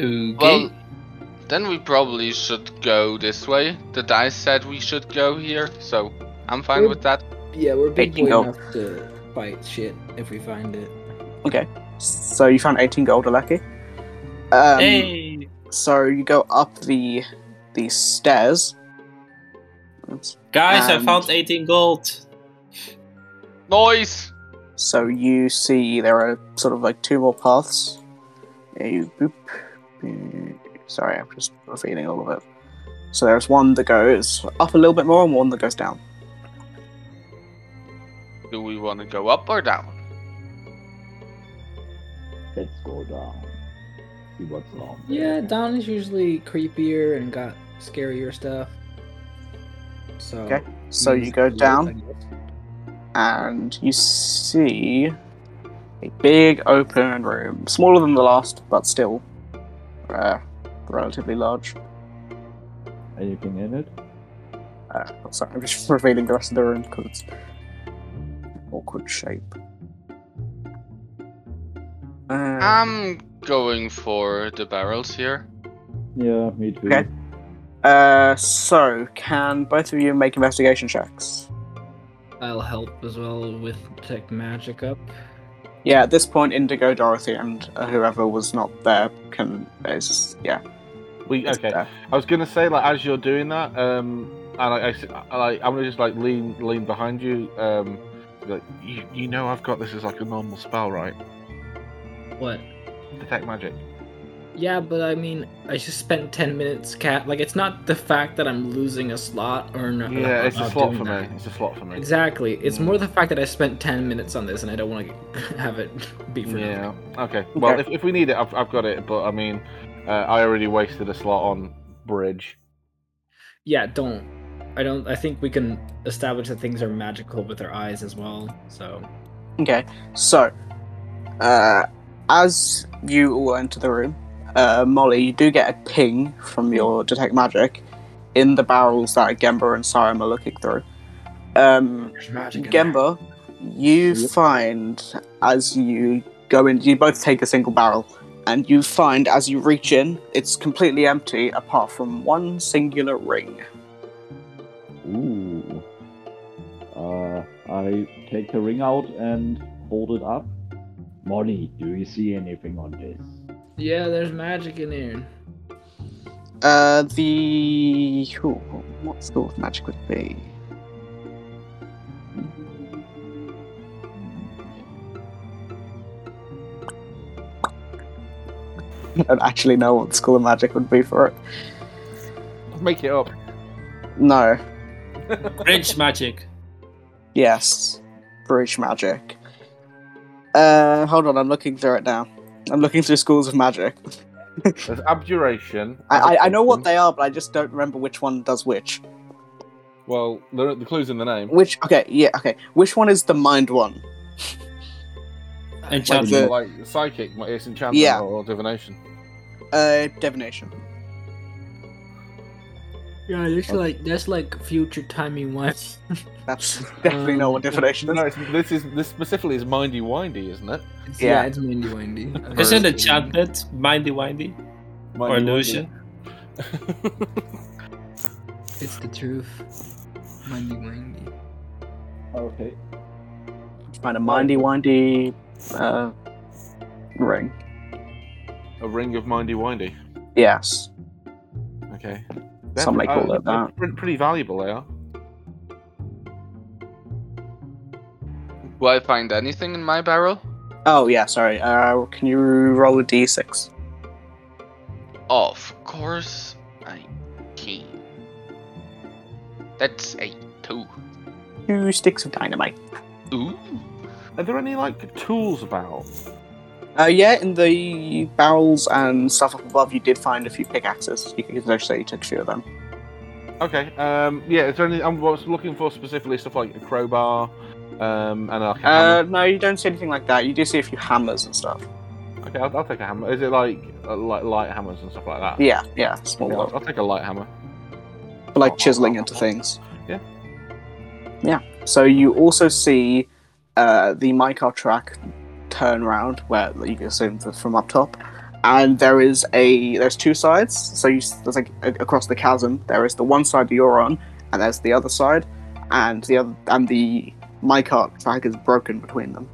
Speaker 6: Okay.
Speaker 3: Well, then we probably should go this way. The dice said we should go here, so I'm fine
Speaker 8: Good.
Speaker 3: with that.
Speaker 8: Yeah, we're big
Speaker 1: Taking
Speaker 8: boy
Speaker 1: over.
Speaker 8: enough to fight shit if we find it.
Speaker 1: So you found 18 gold, lucky. Um,
Speaker 6: hey!
Speaker 1: So you go up the the stairs. Oops.
Speaker 6: Guys, I
Speaker 1: and-
Speaker 6: found 18 gold.
Speaker 3: Noise!
Speaker 1: So you see there are sort of like two more paths. Yeah, you- boop, boop. Sorry, I'm just revealing all of it. So there's one that goes up a little bit more and one that goes down.
Speaker 3: Do we want to go up or down?
Speaker 10: Let's go down. See what's down
Speaker 7: Yeah,
Speaker 10: there.
Speaker 7: down is usually creepier and got scarier stuff. So.
Speaker 1: Okay, So you
Speaker 6: Mm,
Speaker 1: go down and you see a big open room, smaller than the last, but still uh, relatively large.
Speaker 10: Anything in it?
Speaker 1: Uh, sorry, I'm just revealing the rest of the room because it's awkward shape. Uh,
Speaker 3: I'm going for the barrels here.
Speaker 10: Yeah, me too.
Speaker 1: Okay. uh, so can both of you make investigation checks?
Speaker 7: I'll help as well with detect magic up.
Speaker 1: Yeah, at this point, Indigo, Dorothy, and uh, whoever was not there can is yeah.
Speaker 2: We
Speaker 1: is
Speaker 2: okay.
Speaker 1: there.
Speaker 2: I was gonna say like as you're doing that, um, and I, I s- I- like, I'm gonna just like lean lean behind you. Um, like you, you know I've got this as like a normal spell, right?
Speaker 7: What?
Speaker 2: Detect magic.
Speaker 7: Yeah, but I mean, I just spent ten minutes cat. Like, it's not the fact that I'm losing a slot or not.
Speaker 2: Yeah, it's a
Speaker 7: not
Speaker 2: slot
Speaker 7: doing
Speaker 2: for me.
Speaker 7: that.
Speaker 2: It's a slot for me.
Speaker 7: Exactly. It's
Speaker 2: Mm.
Speaker 7: more the fact that I spent ten minutes on this, and I don't want to have it be for nothing.
Speaker 2: Yeah. Okay. Well,
Speaker 1: Okay.
Speaker 2: if, if we need it, I've, I've got it. But I mean, uh, I already wasted a slot on bridge.
Speaker 7: Yeah, don't. I don't. I think we can establish that things are magical with our eyes as well. So
Speaker 1: Okay, so uh, as you all enter the room, uh, Molly, you do get a ping from your detect magic in the barrels that Gemba and Sarum are looking through. Um,
Speaker 7: there's magic.
Speaker 1: Gemba, you
Speaker 10: Yep.
Speaker 1: find as you go in, you both take a single barrel, and you find as you reach in, it's completely empty apart from one singular ring.
Speaker 10: Ooh. Uh, I take the ring out and hold it up. Molly, do you see anything on this?
Speaker 7: Yeah, there's magic in here.
Speaker 1: Uh, the. Ooh, what sort of magic would it be? I don't actually know what school of magic would be for it.
Speaker 2: Make it up.
Speaker 1: No.
Speaker 6: Bridge magic.
Speaker 1: Yes, British magic. Uh, hold on, I'm looking through it now. I'm looking through schools of magic.
Speaker 2: There's abjuration.
Speaker 1: I, I, I know what
Speaker 2: evocation.
Speaker 1: they are, but I just don't remember which one does which.
Speaker 2: Well, the, the clues in the name.
Speaker 1: Which? Okay, yeah, okay. Which one is the mind one?
Speaker 6: Enchantment.
Speaker 1: the-
Speaker 2: like psychic, it's enchantment
Speaker 1: Yeah.
Speaker 2: or, or divination.
Speaker 1: Uh, divination.
Speaker 7: Yeah, there's like that's like future timey one.
Speaker 1: That's definitely not what divination
Speaker 2: No,
Speaker 1: is.
Speaker 2: no, it's, this is this specifically is mindy windy, isn't it?
Speaker 1: Yeah.
Speaker 7: yeah. it's windy, windy.
Speaker 6: Is it enchantment? Mindy windy? Or
Speaker 2: Mindy-windy.
Speaker 6: illusion?
Speaker 7: It's the truth. Windy, windy.
Speaker 10: Okay.
Speaker 1: Find a mindy windy, uh, ring.
Speaker 2: a ring of mindy windy.
Speaker 1: Yes.
Speaker 2: Okay.
Speaker 1: Some may call
Speaker 2: uh,
Speaker 1: it that.
Speaker 2: Pretty, pretty valuable, they are.
Speaker 3: Do I find anything in my barrel?
Speaker 1: Oh yeah, sorry. Uh, can you roll a d6?
Speaker 3: Of course I can. That's a two.
Speaker 1: Two sticks of dynamite.
Speaker 3: Ooh.
Speaker 2: Are there any like tools about?
Speaker 1: Uh, yeah, in the barrels and stuff up above, you did find a few pickaxes. You can actually you took a few of them.
Speaker 2: Okay. Um. Yeah. Is there any? I was looking for specifically stuff like a crowbar, um, and like a
Speaker 1: Uh,
Speaker 2: hammer.
Speaker 1: no, you don't see anything like that. You do see a few hammers and stuff.
Speaker 2: Okay, I'll, I'll take a hammer. Is it like uh, like light hammers and stuff like that?
Speaker 1: Yeah, yeah, small
Speaker 2: Okay, I'll,
Speaker 1: ones.
Speaker 2: I'll take a light hammer.
Speaker 1: But like chiseling into things.
Speaker 2: Yeah.
Speaker 1: Yeah. So you also see uh, the minecart track turn round, where you can assume that from up top. And there is a there's two sides. So you s- there's like a, across the chasm. There is the one side that you're on, and there's the other side, and the other and the minecart track is broken between them.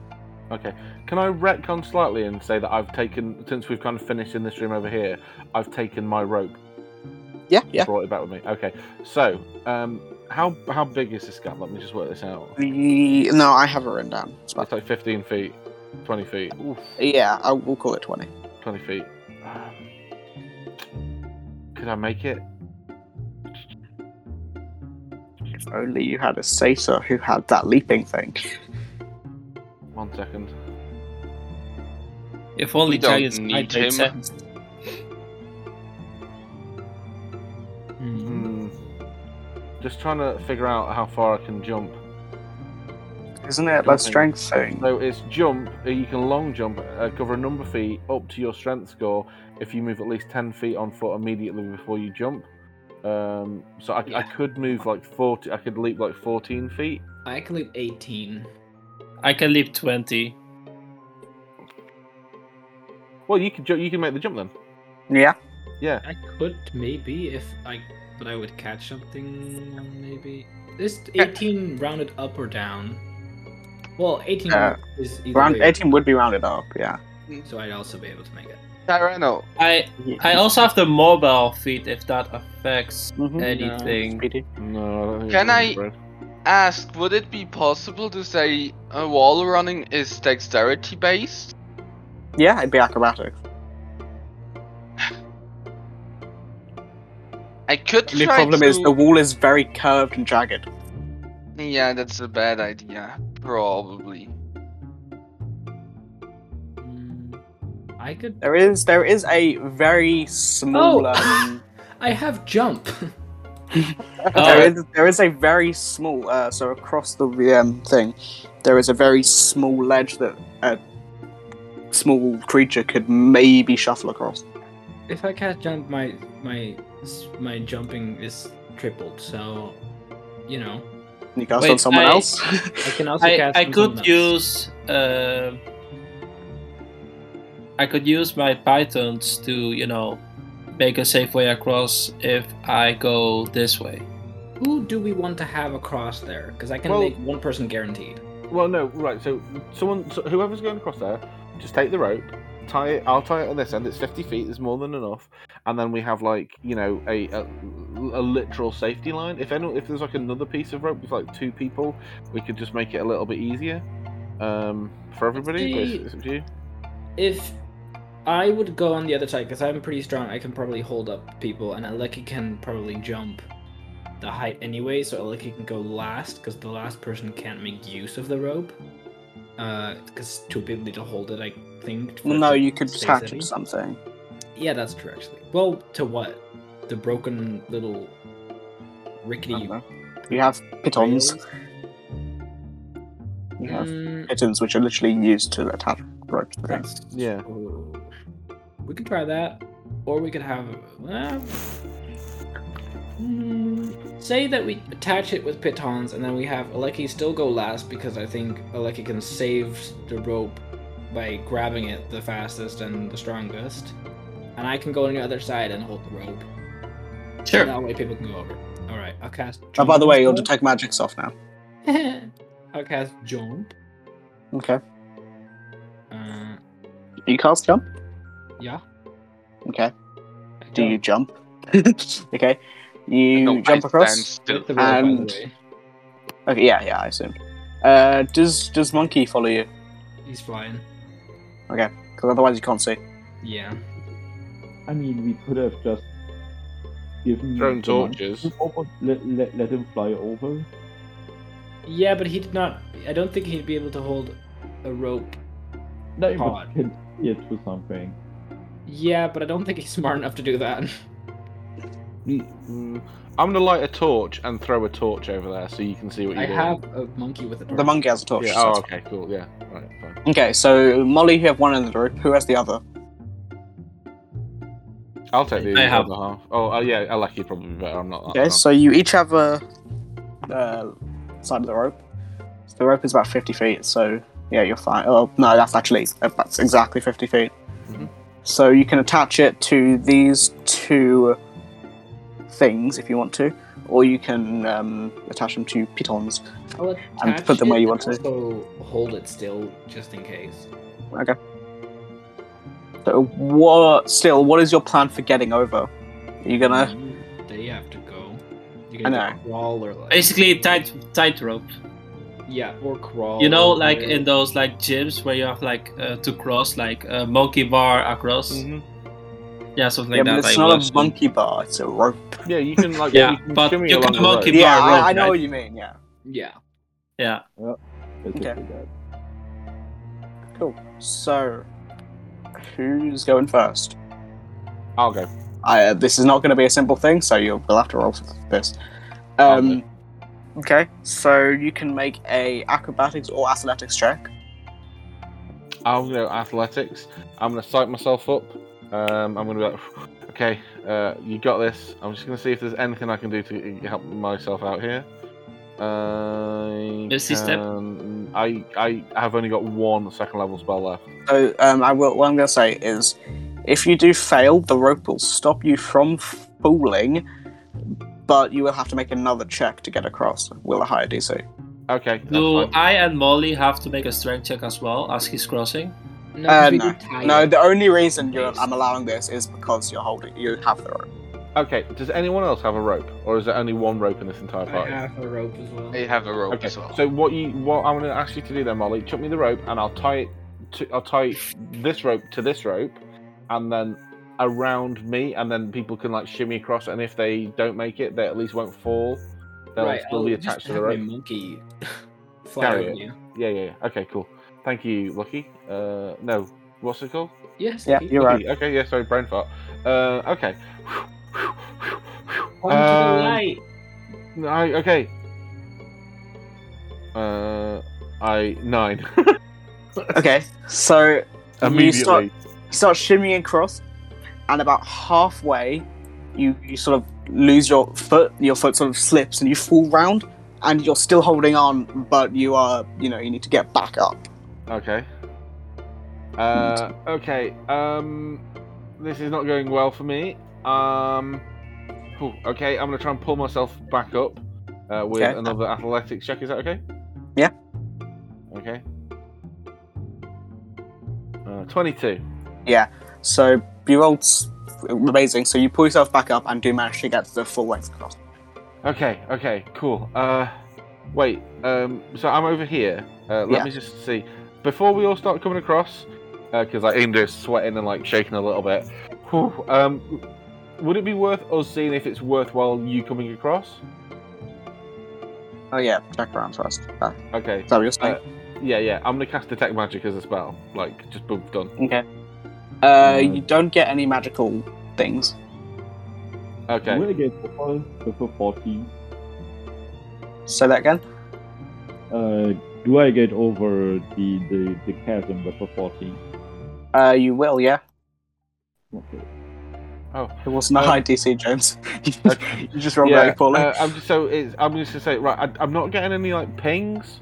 Speaker 2: Okay. Can I retcon slightly and say that I've taken since we've kind of finished in this room over here, I've taken my rope
Speaker 1: Yeah,
Speaker 2: and brought it back with me. Okay. So, um, how how big is this gap? Let me just work this out.
Speaker 1: The- no, I have it written down. It's about-
Speaker 2: It's like 15 feet, 20 feet, Oof,
Speaker 1: yeah, I will call it twenty.
Speaker 2: 20 feet. Um, Could I make it?
Speaker 1: If only you had a Sator who had that leaping thing.
Speaker 2: One second.
Speaker 6: If only
Speaker 3: don't
Speaker 6: giants
Speaker 3: need
Speaker 6: might
Speaker 3: him.
Speaker 6: make sense.
Speaker 2: Hmm. Just trying to figure out how far I can jump.
Speaker 1: Isn't it a strength thing?
Speaker 2: So it's jump. uh, You can long jump, uh, cover a number of feet up to your strength score if you move at least ten feet on foot immediately before you jump. Um, so I, I could move like forty. I could leap like fourteen feet.
Speaker 7: I can leap 18.
Speaker 6: I can leap 20.
Speaker 2: Well, you could ju- you can make the jump then.
Speaker 1: Yeah.
Speaker 2: Yeah.
Speaker 7: I could maybe if I, but I would catch something maybe. Is 18 rounded up or down? Well, 18
Speaker 1: Uh,
Speaker 7: is either
Speaker 1: Round
Speaker 7: way,
Speaker 1: 18 would be rounded up, yeah.
Speaker 7: so I'd also be able to make it.
Speaker 3: Tyranno,
Speaker 6: I I also have the mobile feat if that affects
Speaker 1: Mm,
Speaker 6: anything.
Speaker 1: Mm-hmm. Speedy.
Speaker 2: No, I don't think
Speaker 3: Can
Speaker 2: it's
Speaker 3: I-
Speaker 2: bro.
Speaker 3: ask would it be possible to say uh, wall running is dexterity based?
Speaker 1: Yeah, it'd be acrobatic.
Speaker 3: I could
Speaker 1: The
Speaker 3: try
Speaker 1: problem
Speaker 3: to...
Speaker 1: is the wall is very curved and jagged.
Speaker 3: Yeah, that's a bad idea. Probably.
Speaker 7: Mm, I could.
Speaker 1: There is there is a very small
Speaker 7: Oh.
Speaker 1: um,
Speaker 7: I have jump.
Speaker 6: Oh,
Speaker 1: There is there is a very small uh, so across the um, thing, there is a very small ledge that a small creature could maybe shuffle across.
Speaker 7: if I catch jump, my my s- my jumping is tripled. So, you know,
Speaker 1: You cast
Speaker 6: Wait,
Speaker 1: on someone
Speaker 6: I-
Speaker 1: else.
Speaker 7: I can also
Speaker 6: I,
Speaker 7: cast.
Speaker 6: I
Speaker 7: on
Speaker 6: could
Speaker 7: someone else.
Speaker 6: use uh, I could use my pythons to you know make a safe way across if I go this way.
Speaker 7: Who do we want to have across there? Because I can
Speaker 2: Well-
Speaker 7: make one person guaranteed.
Speaker 2: Well, no, right. So someone, so whoever's going across there, just take the rope, tie it. I'll tie it on this end. It's fifty feet. There's more than enough. And then we have like you know a a, a literal safety line. If anyone, if there's like another piece of rope with like two people, we could just make it a little bit easier um, for everybody. But it's, it's up to you.
Speaker 7: If I would go on the other side, because I'm pretty strong, I can probably hold up people, and Aleki can probably jump the height anyway, so Aleki can go last, because the last person can't make use of the rope. Uh, Because two people need to hold it, I think. for it
Speaker 1: no,
Speaker 7: to
Speaker 1: you could
Speaker 7: stay
Speaker 1: attach
Speaker 7: steady.
Speaker 1: it to something.
Speaker 7: Yeah, that's true, actually. Well, to what? The broken little rickety.
Speaker 1: I don't know. You have pitons.
Speaker 7: rails?
Speaker 1: You have
Speaker 7: Mm,
Speaker 1: pitons, which are literally used to attach rope to things.
Speaker 7: that's-
Speaker 2: Yeah.
Speaker 7: Ooh. We could try that, or we could have. well, mm, say that we attach it with pitons, and then we have Aleki still go last because I think Aleki can save the rope by grabbing it the fastest and the strongest, and I can go on the other side and hold the rope.
Speaker 6: Sure.
Speaker 7: That way people can go over. All right, I'll cast.
Speaker 1: Oh, by the way, you'll
Speaker 7: jump.
Speaker 1: detect magic's off now.
Speaker 7: I'll cast jump.
Speaker 1: Okay.
Speaker 7: Uh,
Speaker 1: Do you cast jump?
Speaker 7: yeah.
Speaker 1: Okay.
Speaker 7: I
Speaker 1: Do you
Speaker 7: jump.
Speaker 1: jump? okay. You
Speaker 3: No, I
Speaker 1: jump
Speaker 3: stand
Speaker 1: across.
Speaker 3: still.
Speaker 7: The rope, by the
Speaker 1: and-
Speaker 7: way.
Speaker 1: Okay. Yeah. Yeah. I assume. Uh, does does monkey follow you?
Speaker 7: He's flying.
Speaker 1: Because otherwise you can't see.
Speaker 7: Yeah.
Speaker 10: I mean, we could have just given
Speaker 2: Thrown
Speaker 10: the monkey
Speaker 2: torches.
Speaker 10: to fly over, Let, let, let him fly over.
Speaker 7: Yeah, but he did not. I don't think he'd be able to hold a rope.
Speaker 10: No, you
Speaker 7: Pod.
Speaker 10: can see it to something.
Speaker 7: Yeah, but I don't think he's smart enough to do that.
Speaker 2: Mm, I'm gonna light a torch and throw a torch over there so you can see what you're
Speaker 7: I
Speaker 2: doing.
Speaker 7: have a monkey with a
Speaker 1: The
Speaker 7: torch.
Speaker 1: monkey has a torch.
Speaker 2: Yeah.
Speaker 1: so
Speaker 2: Oh,
Speaker 1: it's
Speaker 2: okay. Cool. Yeah. Right. Fine.
Speaker 1: Okay, so Molly, you have one end of the rope. Who has the other?
Speaker 2: I'll take the
Speaker 6: I have-
Speaker 2: other half. Oh, oh yeah. I like you probably better. I'm not. that
Speaker 1: Okay,
Speaker 2: strong.
Speaker 1: so you each have a uh, side of the rope. So the rope is about fifty feet, so yeah, you're fine. Oh no, that's actually that's exactly fifty feet.
Speaker 2: Mhm.
Speaker 1: So you can attach it to these two things if you want to, or you can um, attach them to pitons.
Speaker 7: I'll attach
Speaker 1: put them where
Speaker 7: it
Speaker 1: you
Speaker 7: and
Speaker 1: want to.
Speaker 7: Also hold it still, just in case.
Speaker 1: Okay. So what? Still, what is your plan for getting over? Are you gonna?
Speaker 7: Um, They have to go. You
Speaker 1: I
Speaker 7: can either crawl or like.
Speaker 6: Basically, tight tightrope.
Speaker 7: Yeah, or crawl.
Speaker 6: You know,
Speaker 1: Oh,
Speaker 7: or-
Speaker 6: like in those like gyms where you have like uh, to cross like a monkey bar across. Yeah, something
Speaker 1: Mm-hmm. yeah, but
Speaker 6: like that.
Speaker 1: it's
Speaker 6: I
Speaker 1: not
Speaker 6: watched.
Speaker 1: a monkey bar; it's a rope.
Speaker 2: Yeah, you can like
Speaker 6: Yeah,
Speaker 2: you can
Speaker 6: but
Speaker 2: shimmy
Speaker 6: you
Speaker 2: along
Speaker 6: can
Speaker 2: the
Speaker 6: monkey
Speaker 2: road.
Speaker 6: bar.
Speaker 1: Yeah,
Speaker 6: rope,
Speaker 1: I, I know
Speaker 6: right?
Speaker 1: what you mean. Yeah.
Speaker 7: Yeah.
Speaker 6: Yeah.
Speaker 10: Let's just
Speaker 1: Okay.
Speaker 10: do that.
Speaker 1: Cool. So, Who's going first?
Speaker 2: I'll go.
Speaker 1: I, uh, this is not going to be a simple thing, so you'll we'll have to roll for this. Um, okay, so you can make a acrobatics or athletics check.
Speaker 2: I'll go athletics. I'm going to psych myself up. Um, I'm going to be like, okay, uh, you got this. I'm just going to see if there's anything I can do to help myself out here. I
Speaker 6: Misty step.
Speaker 2: can- I, I have only got one second level spell left.
Speaker 1: So um, I will. What I'm going to say is, if you do fail, the rope will stop you from falling, but you will have to make another check to get across. Will a higher DC?
Speaker 2: Okay. that's
Speaker 6: Do
Speaker 2: fine.
Speaker 6: I and Molly have to make a strength check as well as he's crossing?
Speaker 7: No,
Speaker 1: Uh,
Speaker 7: 'cause we
Speaker 1: no.
Speaker 7: did tie
Speaker 1: No,
Speaker 7: it.
Speaker 1: the only reason you're, I'm allowing this is because you're holding. You have the rope.
Speaker 2: Okay. Does anyone else have a rope, or is there only one rope in this entire
Speaker 7: I
Speaker 2: party?
Speaker 7: have a rope as well.
Speaker 3: They have a rope
Speaker 2: Okay.
Speaker 3: as well.
Speaker 2: So what you what I'm going to ask you to do then, Molly? Chuck me the rope, and I'll tie it. To, I'll tie this rope to this rope, and then around me, and then people can like shimmy across. And if they don't make it, they at least won't fall. They'll
Speaker 7: right,
Speaker 2: still
Speaker 7: I'll
Speaker 2: be
Speaker 7: just
Speaker 2: attached to the
Speaker 7: have
Speaker 2: rope.
Speaker 7: My monkey fly
Speaker 2: Carry
Speaker 7: over
Speaker 2: it.
Speaker 7: you.
Speaker 2: Yeah, yeah, yeah. Okay, cool. Thank you, Lucky. Uh, no, what's it called?
Speaker 7: Yes.
Speaker 1: Yeah,
Speaker 7: you-
Speaker 1: you're right.
Speaker 2: Lucky. Okay, yeah. Sorry, brain fart. Uh, okay.
Speaker 7: Onto the
Speaker 2: Um,
Speaker 7: light.
Speaker 2: I, okay. Uh, I nine
Speaker 1: Okay, so You
Speaker 2: immediately.
Speaker 1: start- You start shimmying across, and about halfway, you, you sort of lose your foot. Your foot sort of slips, and you fall round. And you're still holding on, but you are, you know, you need to get back up.
Speaker 2: Okay. Uh, okay. Um, this is not going well for me. Um, phew, okay, I'm gonna try and pull myself back up uh, with
Speaker 1: Okay.
Speaker 2: another athletics check. Is that okay?
Speaker 1: Yeah.
Speaker 2: Okay. Uh, Twenty-two.
Speaker 1: So you rolled s- amazing. So you pull yourself back up and do manage to get to the full length across.
Speaker 2: Okay. Okay. Cool. Uh, wait. Um, so I'm over here. Uh, let
Speaker 1: Yeah.
Speaker 2: me just see. Before we all start coming across, because like Indra's sweating and like shaking a little bit. Whew, um, would it be worth us seeing if it's worthwhile you coming across?
Speaker 1: Oh yeah, check around first. Uh,
Speaker 2: Okay.
Speaker 1: is that what you're saying?
Speaker 2: Yeah. Yeah. I'm gonna cast detect magic as a spell. Like just boom done.
Speaker 1: okay. Uh, you don't get any magical things.
Speaker 10: I'm
Speaker 2: Okay.
Speaker 10: gonna get football before 14.
Speaker 1: Say that again.
Speaker 10: Uh, do I get over the, the, the chasm before 14?
Speaker 1: Uh, you will, yeah.
Speaker 10: Okay.
Speaker 2: Oh.
Speaker 1: It wasn't a
Speaker 2: Uh,
Speaker 1: high DC, James.
Speaker 2: okay.
Speaker 1: you just rolled very poorly.
Speaker 2: Uh, I'm just, so it's, I'm just gonna say right. I, I'm not getting any like pings.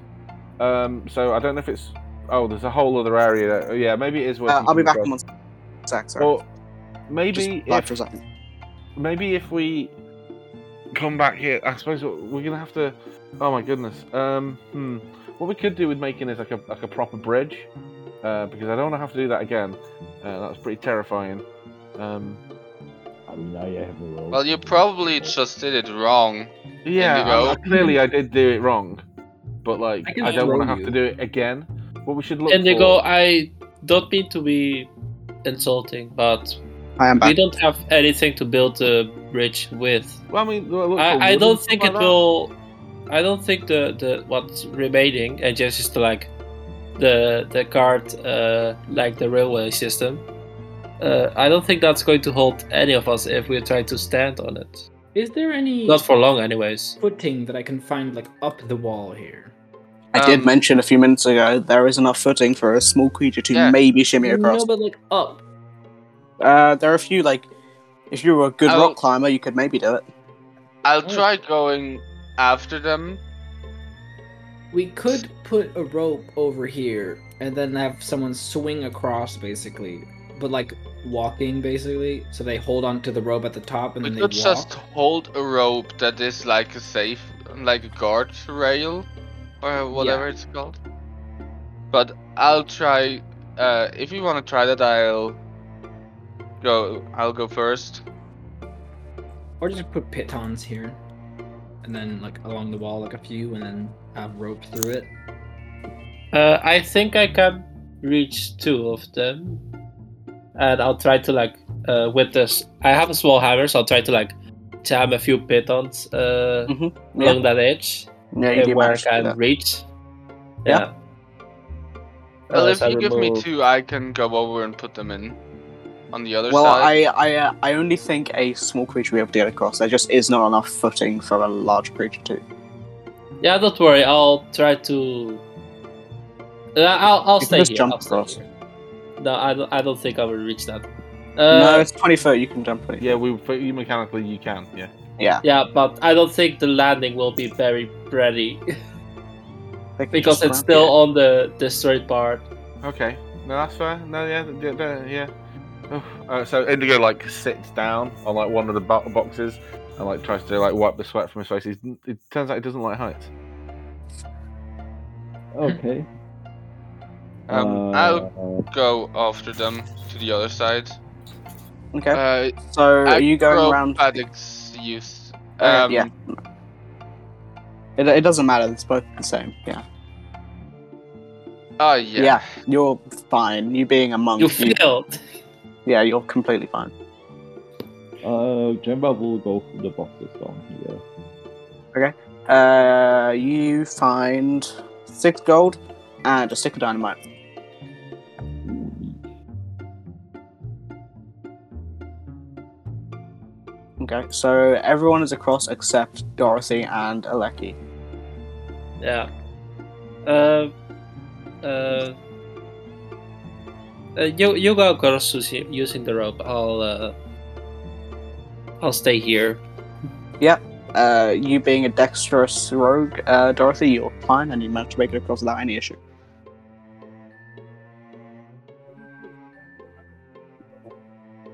Speaker 2: Um, so I don't know if it's. Oh, there's a whole other area. That, oh, yeah, maybe it is worth.
Speaker 1: Uh,
Speaker 2: you
Speaker 1: I'll be
Speaker 2: coming
Speaker 1: back
Speaker 2: across.
Speaker 1: in one sec. Sorry.
Speaker 2: Or
Speaker 1: Just
Speaker 2: maybe
Speaker 1: live
Speaker 2: if,
Speaker 1: for a second.
Speaker 2: maybe if we come back here, I suppose what- we're gonna have to. Oh my goodness. Um, hmm. What we could do with making is like a like a proper bridge, uh, because I don't want to have to do that again. Uh, that's pretty terrifying. Um,
Speaker 10: I mean, I have a roll.
Speaker 3: Well, you probably just did it wrong.
Speaker 2: yeah,
Speaker 3: Maybe
Speaker 2: I-
Speaker 3: roll.
Speaker 2: I- clearly I did do it wrong, but like
Speaker 7: I can
Speaker 2: I, don't want to
Speaker 7: throw
Speaker 2: have to
Speaker 7: you.
Speaker 2: do it again. What we should look
Speaker 6: And
Speaker 2: for.
Speaker 6: they go, I don't mean to be insulting, but
Speaker 1: I am
Speaker 6: we
Speaker 1: back.
Speaker 6: don't have anything to build the bridge with.
Speaker 2: Well, I mean, look for
Speaker 6: I, I
Speaker 2: wood
Speaker 6: don't
Speaker 2: and
Speaker 6: think
Speaker 2: stuff
Speaker 6: it
Speaker 2: like that.
Speaker 6: will. I don't think the, the what's remaining and just is like the the card uh, like the railway system. Uh, I don't think that's going to hold any of us if we try to stand on it.
Speaker 7: Is there any
Speaker 6: Not for long, anyways.
Speaker 7: footing that I can find like up the wall here?
Speaker 1: I did
Speaker 3: Um,
Speaker 1: mention a few minutes ago there is enough footing for a small creature to
Speaker 3: Yeah.
Speaker 1: maybe shimmy across.
Speaker 7: No, but like up.
Speaker 1: Uh, there are a few like, if you were a good
Speaker 3: I'll-
Speaker 1: rock climber, you could maybe do it.
Speaker 3: I'll
Speaker 7: Oh.
Speaker 3: try going after them.
Speaker 7: We could put a rope over here and then have someone swing across, basically, but like walking, basically. So they hold on to the rope at the top and
Speaker 3: We
Speaker 7: then they
Speaker 3: could
Speaker 7: walk.
Speaker 3: just hold a rope that is like a safe, like a guard rail, or whatever it's called. But I'll try. Uh, if you want to try that, I'll go. I'll go first.
Speaker 7: Or just put pitons here, and then like along the wall, like a few, and then have rope through it.
Speaker 6: Uh, I think I can reach two of them, and I'll try to like uh, with this. I have a small hammer, so I'll try to like jam a few pitons uh,
Speaker 1: Mhm, yeah.
Speaker 6: along that edge
Speaker 1: Yeah, you
Speaker 6: uh,
Speaker 1: do
Speaker 6: where I
Speaker 1: manage to do
Speaker 6: can
Speaker 1: that.
Speaker 6: reach.
Speaker 1: Yeah.
Speaker 3: Well,
Speaker 13: Uh,
Speaker 3: if
Speaker 13: so I
Speaker 3: you give me
Speaker 13: remove-
Speaker 3: two, I can go over and put them in on the other
Speaker 1: Well,
Speaker 3: side.
Speaker 1: I I, uh, I only think a small creature will be able to get across. There just is not enough footing for a large creature to.
Speaker 6: Yeah, don't worry. I'll try to. Uh, I'll, I'll
Speaker 1: You can
Speaker 6: stay
Speaker 1: just
Speaker 6: here.
Speaker 1: jump
Speaker 6: I'll stay
Speaker 1: across.
Speaker 6: here. No, I don't, I don't think I will reach that. Uh,
Speaker 1: no, it's twenty foot. You can jump it.
Speaker 2: Yeah, we for you mechanically you can. Yeah.
Speaker 6: Yeah, but I don't think the landing will be very pretty
Speaker 1: They can
Speaker 6: because
Speaker 1: just
Speaker 6: it's
Speaker 1: grab
Speaker 6: still
Speaker 1: you.
Speaker 6: on the destroyed part.
Speaker 2: Okay. No, that's fair. No, yeah, yeah, yeah, yeah. Oof. Uh, so Indigo like sits down on like one of the bo- boxes and like tries to like wipe the sweat from his face. He's, it turns out he doesn't like heights.
Speaker 10: Okay.
Speaker 3: Um,
Speaker 10: Uh,
Speaker 3: I'll go after them to the other side.
Speaker 1: Okay.
Speaker 3: Uh,
Speaker 1: so are you going around?
Speaker 3: acrobatics use.
Speaker 1: Uh,
Speaker 3: Um,
Speaker 1: yeah. It, it doesn't matter. It's both the same. Yeah.
Speaker 3: Oh yeah.
Speaker 1: Yeah. You're fine. You being a monk.
Speaker 6: You
Speaker 1: you-
Speaker 6: failed.
Speaker 1: yeah, you're completely fine.
Speaker 10: Uh, Jemba will go through the boxes down here.
Speaker 1: Uh, you find six gold and a stick of dynamite. Okay, so everyone is across except Dorothy and Aleki.
Speaker 6: Yeah. Uh, uh, uh, you you go across using using the rope. I'll uh, I'll stay here.
Speaker 1: Uh, you being a dexterous rogue, uh, Dorothy, you're fine and you managed to make it across without any issue.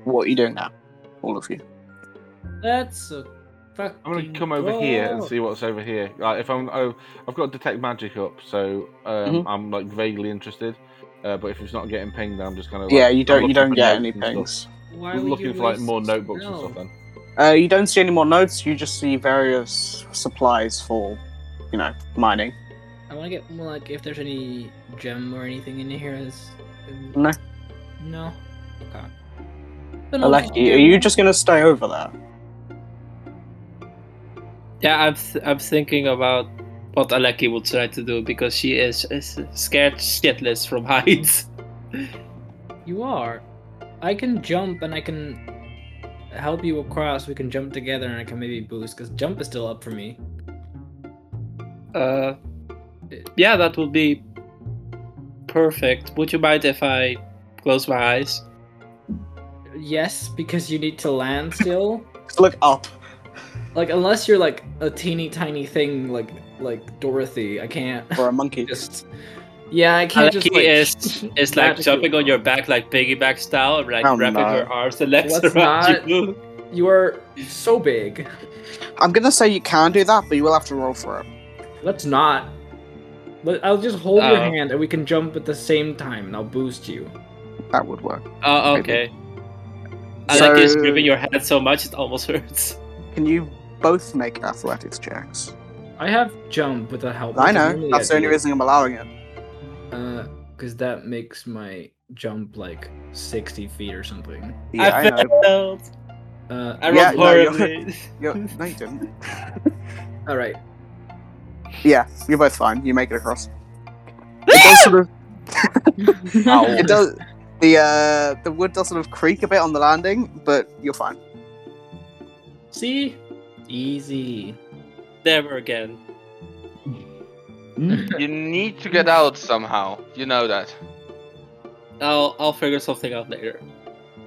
Speaker 1: What are you doing now? All of you.
Speaker 7: That's a fucking.
Speaker 2: I'm gonna come over here and
Speaker 7: god.
Speaker 2: see what's over here. Like if I'm, oh, I've got detect magic up, so um,
Speaker 1: Mm-hmm.
Speaker 2: I'm like vaguely interested. Uh, but if it's not getting pinged, then I'm just kind of
Speaker 1: yeah, you don't you don't get any pings.
Speaker 7: Why
Speaker 2: I'm
Speaker 7: would
Speaker 2: looking
Speaker 7: you
Speaker 2: for like
Speaker 7: waste
Speaker 2: more notebooks and
Speaker 7: spells?
Speaker 2: stuff. Then
Speaker 1: Uh, you don't see any more notes. You just see various supplies for, you know, mining.
Speaker 7: I want to get more like if there's any gem or anything in here. Is
Speaker 1: No.
Speaker 7: No. Okay. Then I'll just
Speaker 1: Aleki,
Speaker 7: do-
Speaker 1: are you just gonna stay over there?
Speaker 6: Yeah, I'm th- I'm thinking about what Aleki would try to do because she is, is scared shitless from heights.
Speaker 7: You are. I can jump and I can help you across. We can jump together and I can maybe boost because jump is still up for me.
Speaker 6: Uh, yeah, that would be perfect. Would you mind if I close my eyes?
Speaker 7: Yes, because you need to land still.
Speaker 1: Just Look up.
Speaker 7: like unless you're like a teeny tiny thing like like Dorothy, I can't
Speaker 1: Or a monkey.
Speaker 7: just. Yeah, I can't just.
Speaker 6: Aleki
Speaker 7: Like,
Speaker 6: is is like
Speaker 7: magically-
Speaker 6: jumping on your back like piggyback style, and like
Speaker 1: Oh,
Speaker 6: wrapping
Speaker 1: no.
Speaker 6: her arms and legs
Speaker 7: Let's
Speaker 6: around
Speaker 7: not.
Speaker 6: you.
Speaker 7: You are so big.
Speaker 1: I'm gonna say you can do that, but you will have to roll for it.
Speaker 7: Let's not. Let, I'll just hold your
Speaker 6: Oh.
Speaker 7: hand and we can jump at the same time and I'll boost you.
Speaker 1: That would work.
Speaker 6: Oh,
Speaker 1: Maybe.
Speaker 6: okay. Aleki is
Speaker 1: So-
Speaker 6: gripping your head so much it almost hurts.
Speaker 1: Can you both make athletics checks?
Speaker 7: I have jump with the help.
Speaker 1: I
Speaker 7: which
Speaker 1: know.
Speaker 7: normally
Speaker 1: That's the
Speaker 7: I
Speaker 1: only
Speaker 7: do.
Speaker 1: reason I'm allowing it.
Speaker 7: Uh, because that makes my jump like 60 feet or something.
Speaker 1: Yeah, I, know.
Speaker 6: failed.
Speaker 7: Uh,
Speaker 6: I
Speaker 1: Yeah,
Speaker 6: rolled
Speaker 1: no, you're-
Speaker 6: horribly.
Speaker 1: You're, no, you didn't.
Speaker 7: all right.
Speaker 1: yeah, you're both fine. You make it across. It does sort of. It does. The uh, the wood does sort of creak a bit on the landing, but you're fine.
Speaker 7: See? Easy.
Speaker 6: Never again.
Speaker 3: You need to get out somehow. You know that.
Speaker 6: I'll I'll figure something out later.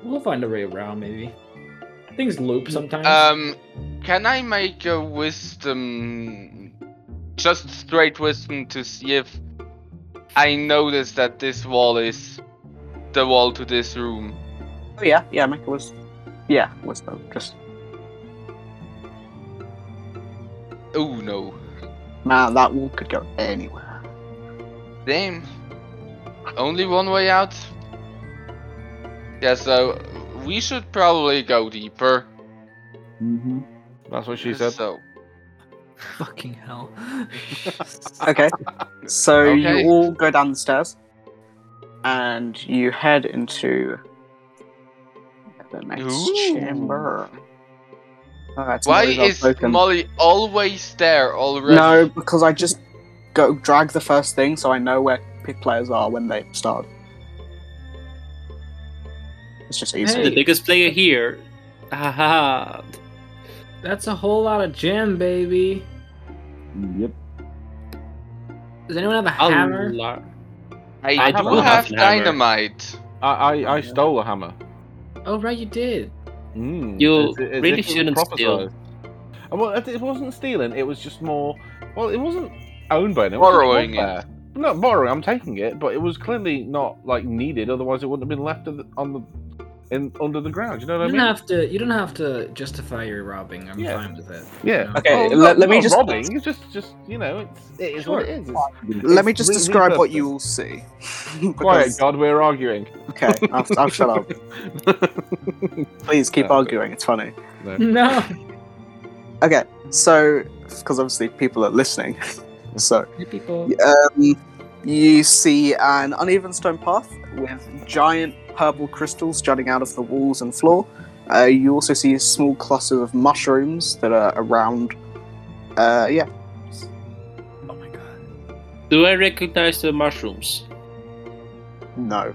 Speaker 7: We'll find a way around, maybe. Things loop sometimes.
Speaker 3: Um, can I make a wisdom, just straight wisdom, to see if I notice that this wall is the wall to this room?
Speaker 1: Oh yeah, yeah, make it was. Yeah, was though. Just
Speaker 3: Oh no!
Speaker 1: man, that wall could go anywhere.
Speaker 3: Damn. Only one way out. Yeah, so we should probably go deeper.
Speaker 10: Mm-hmm.
Speaker 2: that's what she said.
Speaker 3: So
Speaker 7: Fucking hell.
Speaker 1: Okay. So
Speaker 3: Okay.
Speaker 1: you all go down the stairs, and you head into the next
Speaker 3: Ooh.
Speaker 1: chamber. Oh, that's
Speaker 3: why
Speaker 1: Molly's
Speaker 3: is
Speaker 1: outspoken.
Speaker 3: Molly always there already?
Speaker 1: No, because I just go drag the first thing, so I know where pick players are when they start. It's just easy.
Speaker 6: So the biggest player here. Haha.
Speaker 7: That's a whole lot of gem, baby.
Speaker 10: Yep.
Speaker 7: Does anyone have a
Speaker 6: a
Speaker 7: hammer?
Speaker 6: lar-
Speaker 3: I,
Speaker 6: I
Speaker 3: do
Speaker 6: do have
Speaker 3: have,
Speaker 6: an hammer.
Speaker 3: dynamite.
Speaker 2: I, I, I stole a hammer.
Speaker 7: Oh right, you did.
Speaker 2: Mm,
Speaker 6: You
Speaker 2: it's- it's-
Speaker 6: really
Speaker 2: it's
Speaker 6: shouldn't steal.
Speaker 2: prophesized. And well, it it wasn't stealing. It was just more. Well, it wasn't owned by anyone.
Speaker 3: Borrowing
Speaker 2: it. was just left there. Not borrowing. I'm taking it, but it was clearly not like needed. Otherwise, it wouldn't have been left on the, on the in under the ground. You know what I
Speaker 7: You
Speaker 2: mean?
Speaker 7: don't have to. You don't have to justify your robbing. I'm
Speaker 2: Yeah.
Speaker 7: fine with it.
Speaker 2: Yeah.
Speaker 7: No.
Speaker 1: Okay,
Speaker 2: Well,
Speaker 1: let-
Speaker 2: not-
Speaker 1: let me
Speaker 2: not
Speaker 1: just-
Speaker 2: robbing. It's just, just you know, it's it is
Speaker 7: Sure.
Speaker 2: what it is. It's
Speaker 1: Let me just
Speaker 2: re-
Speaker 1: describe what
Speaker 2: repurposed.
Speaker 1: you will see.
Speaker 2: quiet,
Speaker 1: Because-
Speaker 2: God. We're arguing.
Speaker 1: okay, I'll, I'll shut up. Please keep
Speaker 2: Yeah.
Speaker 1: arguing. It's funny.
Speaker 7: No.
Speaker 1: Okay, so because obviously people are listening, so
Speaker 7: Hey, people.
Speaker 1: um, you see an uneven stone path with giant purple crystals jutting out of the walls and floor. Uh, you also see small clusters of mushrooms that are around. Uh, yeah,
Speaker 6: Do I recognize the mushrooms?
Speaker 1: no.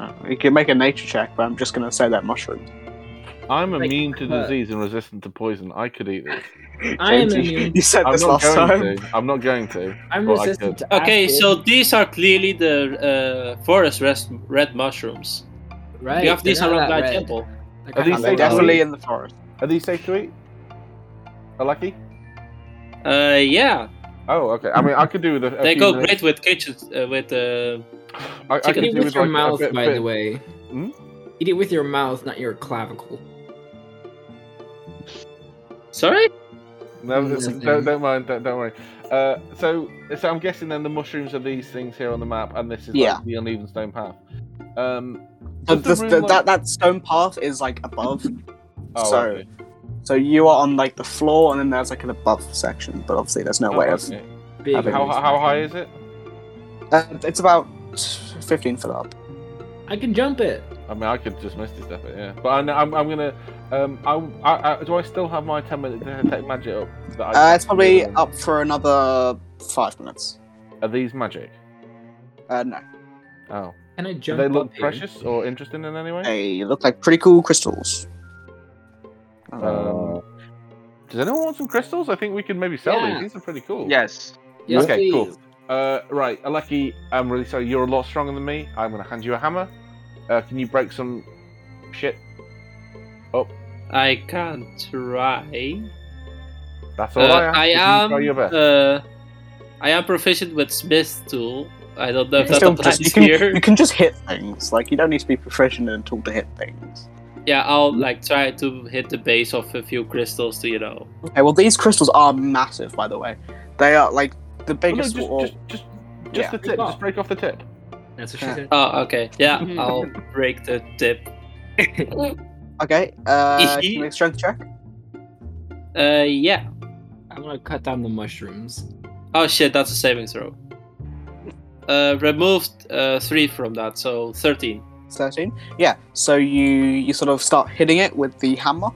Speaker 1: Uh, You can make a nature check, but I'm just going to say that mushroom.
Speaker 2: I'm
Speaker 7: Like,
Speaker 2: immune to
Speaker 7: uh,
Speaker 2: disease and resistant to poison. I could eat this.
Speaker 7: I am
Speaker 1: James, you-
Speaker 7: immune.
Speaker 1: You said
Speaker 2: I'm
Speaker 1: this
Speaker 2: not
Speaker 1: last
Speaker 2: going
Speaker 1: time.
Speaker 2: to. I'm not going to.
Speaker 7: I'm
Speaker 2: Well, I
Speaker 7: resistant to
Speaker 6: Okay,
Speaker 7: acid,
Speaker 6: so these are clearly the uh, forest res- red mushrooms.
Speaker 7: right,
Speaker 6: we have
Speaker 7: they're
Speaker 6: these
Speaker 7: not
Speaker 6: around
Speaker 7: that
Speaker 6: my
Speaker 7: red.
Speaker 6: temple.
Speaker 7: They're
Speaker 2: At
Speaker 7: kinda
Speaker 2: least
Speaker 1: They're
Speaker 2: they
Speaker 7: brown.
Speaker 1: definitely in the forest.
Speaker 2: Are these safe to eat? Are lucky?
Speaker 6: Uh, yeah,
Speaker 2: Oh, okay. I mean, I could do with a, a
Speaker 6: they
Speaker 2: few
Speaker 6: go
Speaker 2: minutes-
Speaker 6: great with kitchens. Uh, with uh,
Speaker 2: I, I could
Speaker 7: Eat
Speaker 2: do
Speaker 7: it with your
Speaker 2: like, a
Speaker 7: mouth,
Speaker 2: bit-
Speaker 7: by
Speaker 2: bit-
Speaker 7: the way.
Speaker 2: Hmm?
Speaker 7: Eat it with your mouth, not your clavicle.
Speaker 6: sorry.
Speaker 2: No,
Speaker 7: Mm,
Speaker 2: don't,
Speaker 7: nothing.
Speaker 2: don't mind. Don't, don't worry. Uh, so, so I'm guessing then the mushrooms are these things here on the map, and this is
Speaker 1: Yeah.
Speaker 2: like the uneven stone path. Um,
Speaker 1: The,
Speaker 2: does
Speaker 1: the-
Speaker 2: room,
Speaker 1: the-
Speaker 2: like-
Speaker 1: that, that stone path is like above.
Speaker 2: oh,
Speaker 1: so,
Speaker 2: okay.
Speaker 1: so you are on like the floor, and then there's like an above section. But obviously, there's no
Speaker 2: Oh,
Speaker 1: way of
Speaker 2: okay.
Speaker 7: Big
Speaker 1: think
Speaker 2: How,
Speaker 7: reason.
Speaker 2: how high is it?
Speaker 1: Uh, it's about 15 foot up.
Speaker 7: I can jump it.
Speaker 2: I mean, I could just misty step it, yeah. But I, know- I'm, I'm gonna. Um, I, I, I, do I still have my ten minute to detect magic up? That
Speaker 1: Uh, it's probably up for another five minutes.
Speaker 2: Are these magic?
Speaker 1: Uh, no,
Speaker 2: Oh,
Speaker 7: Can I
Speaker 2: do
Speaker 7: jump?
Speaker 2: they look
Speaker 7: up here?
Speaker 2: precious or interesting in any way?
Speaker 1: they look like pretty cool crystals.
Speaker 10: Uh,
Speaker 2: Um, does anyone want some crystals? I think we could maybe sell
Speaker 7: Yeah.
Speaker 2: these. These are pretty cool.
Speaker 3: Yes.
Speaker 7: Yes,
Speaker 2: okay,
Speaker 7: please.
Speaker 2: cool. Uh, right, Aleki, I'm really sorry. You're a lot stronger than me. I'm going to hand you a hammer. Uh, can you break some shit?
Speaker 6: I can't try.
Speaker 2: That's all I
Speaker 6: Uh,
Speaker 2: ask.
Speaker 6: I
Speaker 2: You can
Speaker 6: am.
Speaker 2: Try your best.
Speaker 6: Uh, I am proficient with Smith's tool. I don't know if
Speaker 1: You,
Speaker 6: that
Speaker 1: still
Speaker 6: applies
Speaker 1: just, you, can,
Speaker 6: here.
Speaker 1: you can just hit things. Like you don't need to be proficient in a tool to hit things.
Speaker 6: Yeah, I'll like try to hit the base of a few crystals to you know.
Speaker 1: Okay, well these crystals are massive, by the way. They are like the
Speaker 2: Oh, no,
Speaker 1: biggest.
Speaker 2: just,
Speaker 1: or-
Speaker 2: just, just, just
Speaker 1: Yeah.
Speaker 2: the tip. Just break off the tip.
Speaker 7: That's what she
Speaker 1: Yeah.
Speaker 7: said.
Speaker 6: Oh, okay. Yeah, I'll break the tip.
Speaker 1: Okay, uh, can you make a strength check?
Speaker 6: Uh, yeah.
Speaker 7: I'm gonna cut down the mushrooms.
Speaker 6: Oh shit, that's a saving throw. Uh, removed uh, three from that, so thirteen.
Speaker 1: 13 yeah so you you sort of start hitting it with the hammer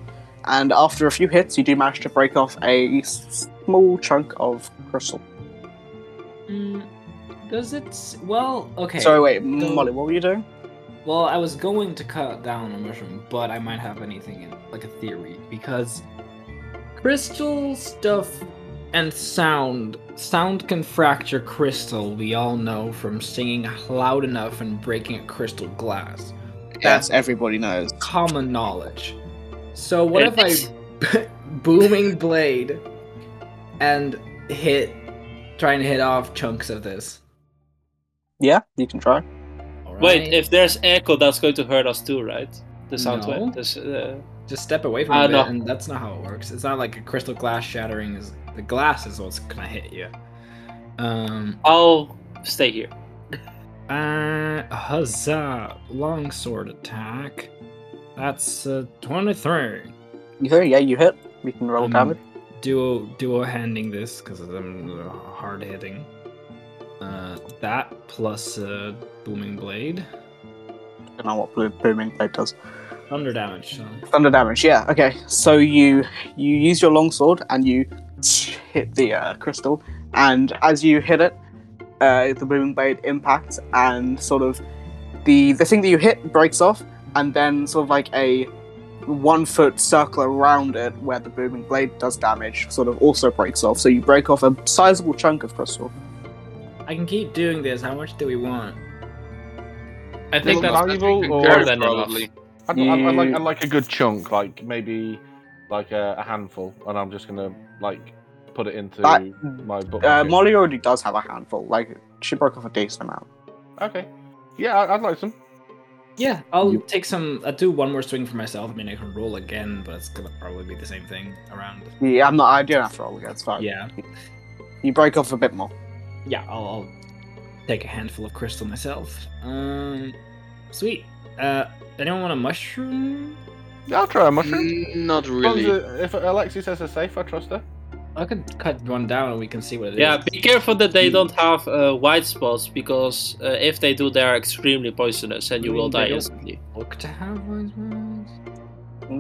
Speaker 1: and after a few hits you do manage to break off a s- small chunk of crystal
Speaker 7: Mm, does it? s- Well, okay.
Speaker 1: sorry wait molly what were you doing
Speaker 7: Well, I was going to cut down a mushroom, but I might have anything in like a theory because crystal stuff and sound. Sound can fracture crystal. We all know from singing loud enough and breaking crystal glass.
Speaker 1: that's everybody knows
Speaker 7: common knowledge. So what if I booming blade and hit trying to hit off chunks of this?
Speaker 1: yeah you can try
Speaker 7: Alright.
Speaker 6: Wait, if there's echo, that's going to hurt us too, right? The sound
Speaker 7: No.
Speaker 6: wave. This, uh,
Speaker 7: just step away from
Speaker 6: Ah,
Speaker 7: it,
Speaker 6: no.
Speaker 7: and that's not how it works. It's not like a crystal glass shattering is the glass is what's gonna hit you. Um,
Speaker 6: I'll stay here.
Speaker 7: uh, huzzah! Longsword attack. That's uh, twenty-three.
Speaker 1: you think yeah you hit you can roll
Speaker 7: Um,
Speaker 1: damage
Speaker 7: duo duo handing this because I'm uh, hard hitting. Uh, that plus uh, booming blade,
Speaker 1: i don't know what blue booming blade does
Speaker 7: thunder damage. So.
Speaker 1: thunder damage yeah okay so you you use your longsword and you hit the uh, crystal and as you hit it uh, the booming blade impacts, and sort of the the thing that you hit breaks off, and then sort of like a one foot circle around it where the booming blade does damage sort of also breaks off. So you break off a sizable chunk of crystal.
Speaker 7: I can keep doing this. How much do we want?
Speaker 6: I think
Speaker 2: Well,
Speaker 6: that's
Speaker 2: I- valuable
Speaker 3: more
Speaker 2: or-
Speaker 6: than enough.
Speaker 2: I'd, I'd, I'd like,
Speaker 1: You-
Speaker 2: I'd like a good chunk, like maybe like a, a handful, and I'm just gonna like put it into
Speaker 1: That-
Speaker 2: my book.
Speaker 1: Uh,
Speaker 2: pocket.
Speaker 1: Molly already does have a handful. Like she broke off a decent amount.
Speaker 2: okay. Yeah, I- I'd like some.
Speaker 7: Yeah, I'll
Speaker 10: You-
Speaker 7: take some. I'll do one more swing for myself. I mean, I can roll again, but it's gonna probably be the same thing around.
Speaker 1: Yeah, I'm not. I don't have to roll again. It's fine.
Speaker 7: Yeah,
Speaker 1: You break off a bit more.
Speaker 7: yeah. I'll, I'll take a handful of crystal myself. Um, sweet. Uh, anyone want a mushroom?
Speaker 2: Yeah, I'll try a mushroom.
Speaker 3: Mm, Not
Speaker 2: As long as
Speaker 3: really.
Speaker 2: it- if Alexi says it's safe, I trust her.
Speaker 7: I could cut one down and we can see what it is.
Speaker 6: Yeah, be careful that they don't have uh, white spots because uh, if they do, they are extremely poisonous and you will die instantly.
Speaker 7: Look to have one.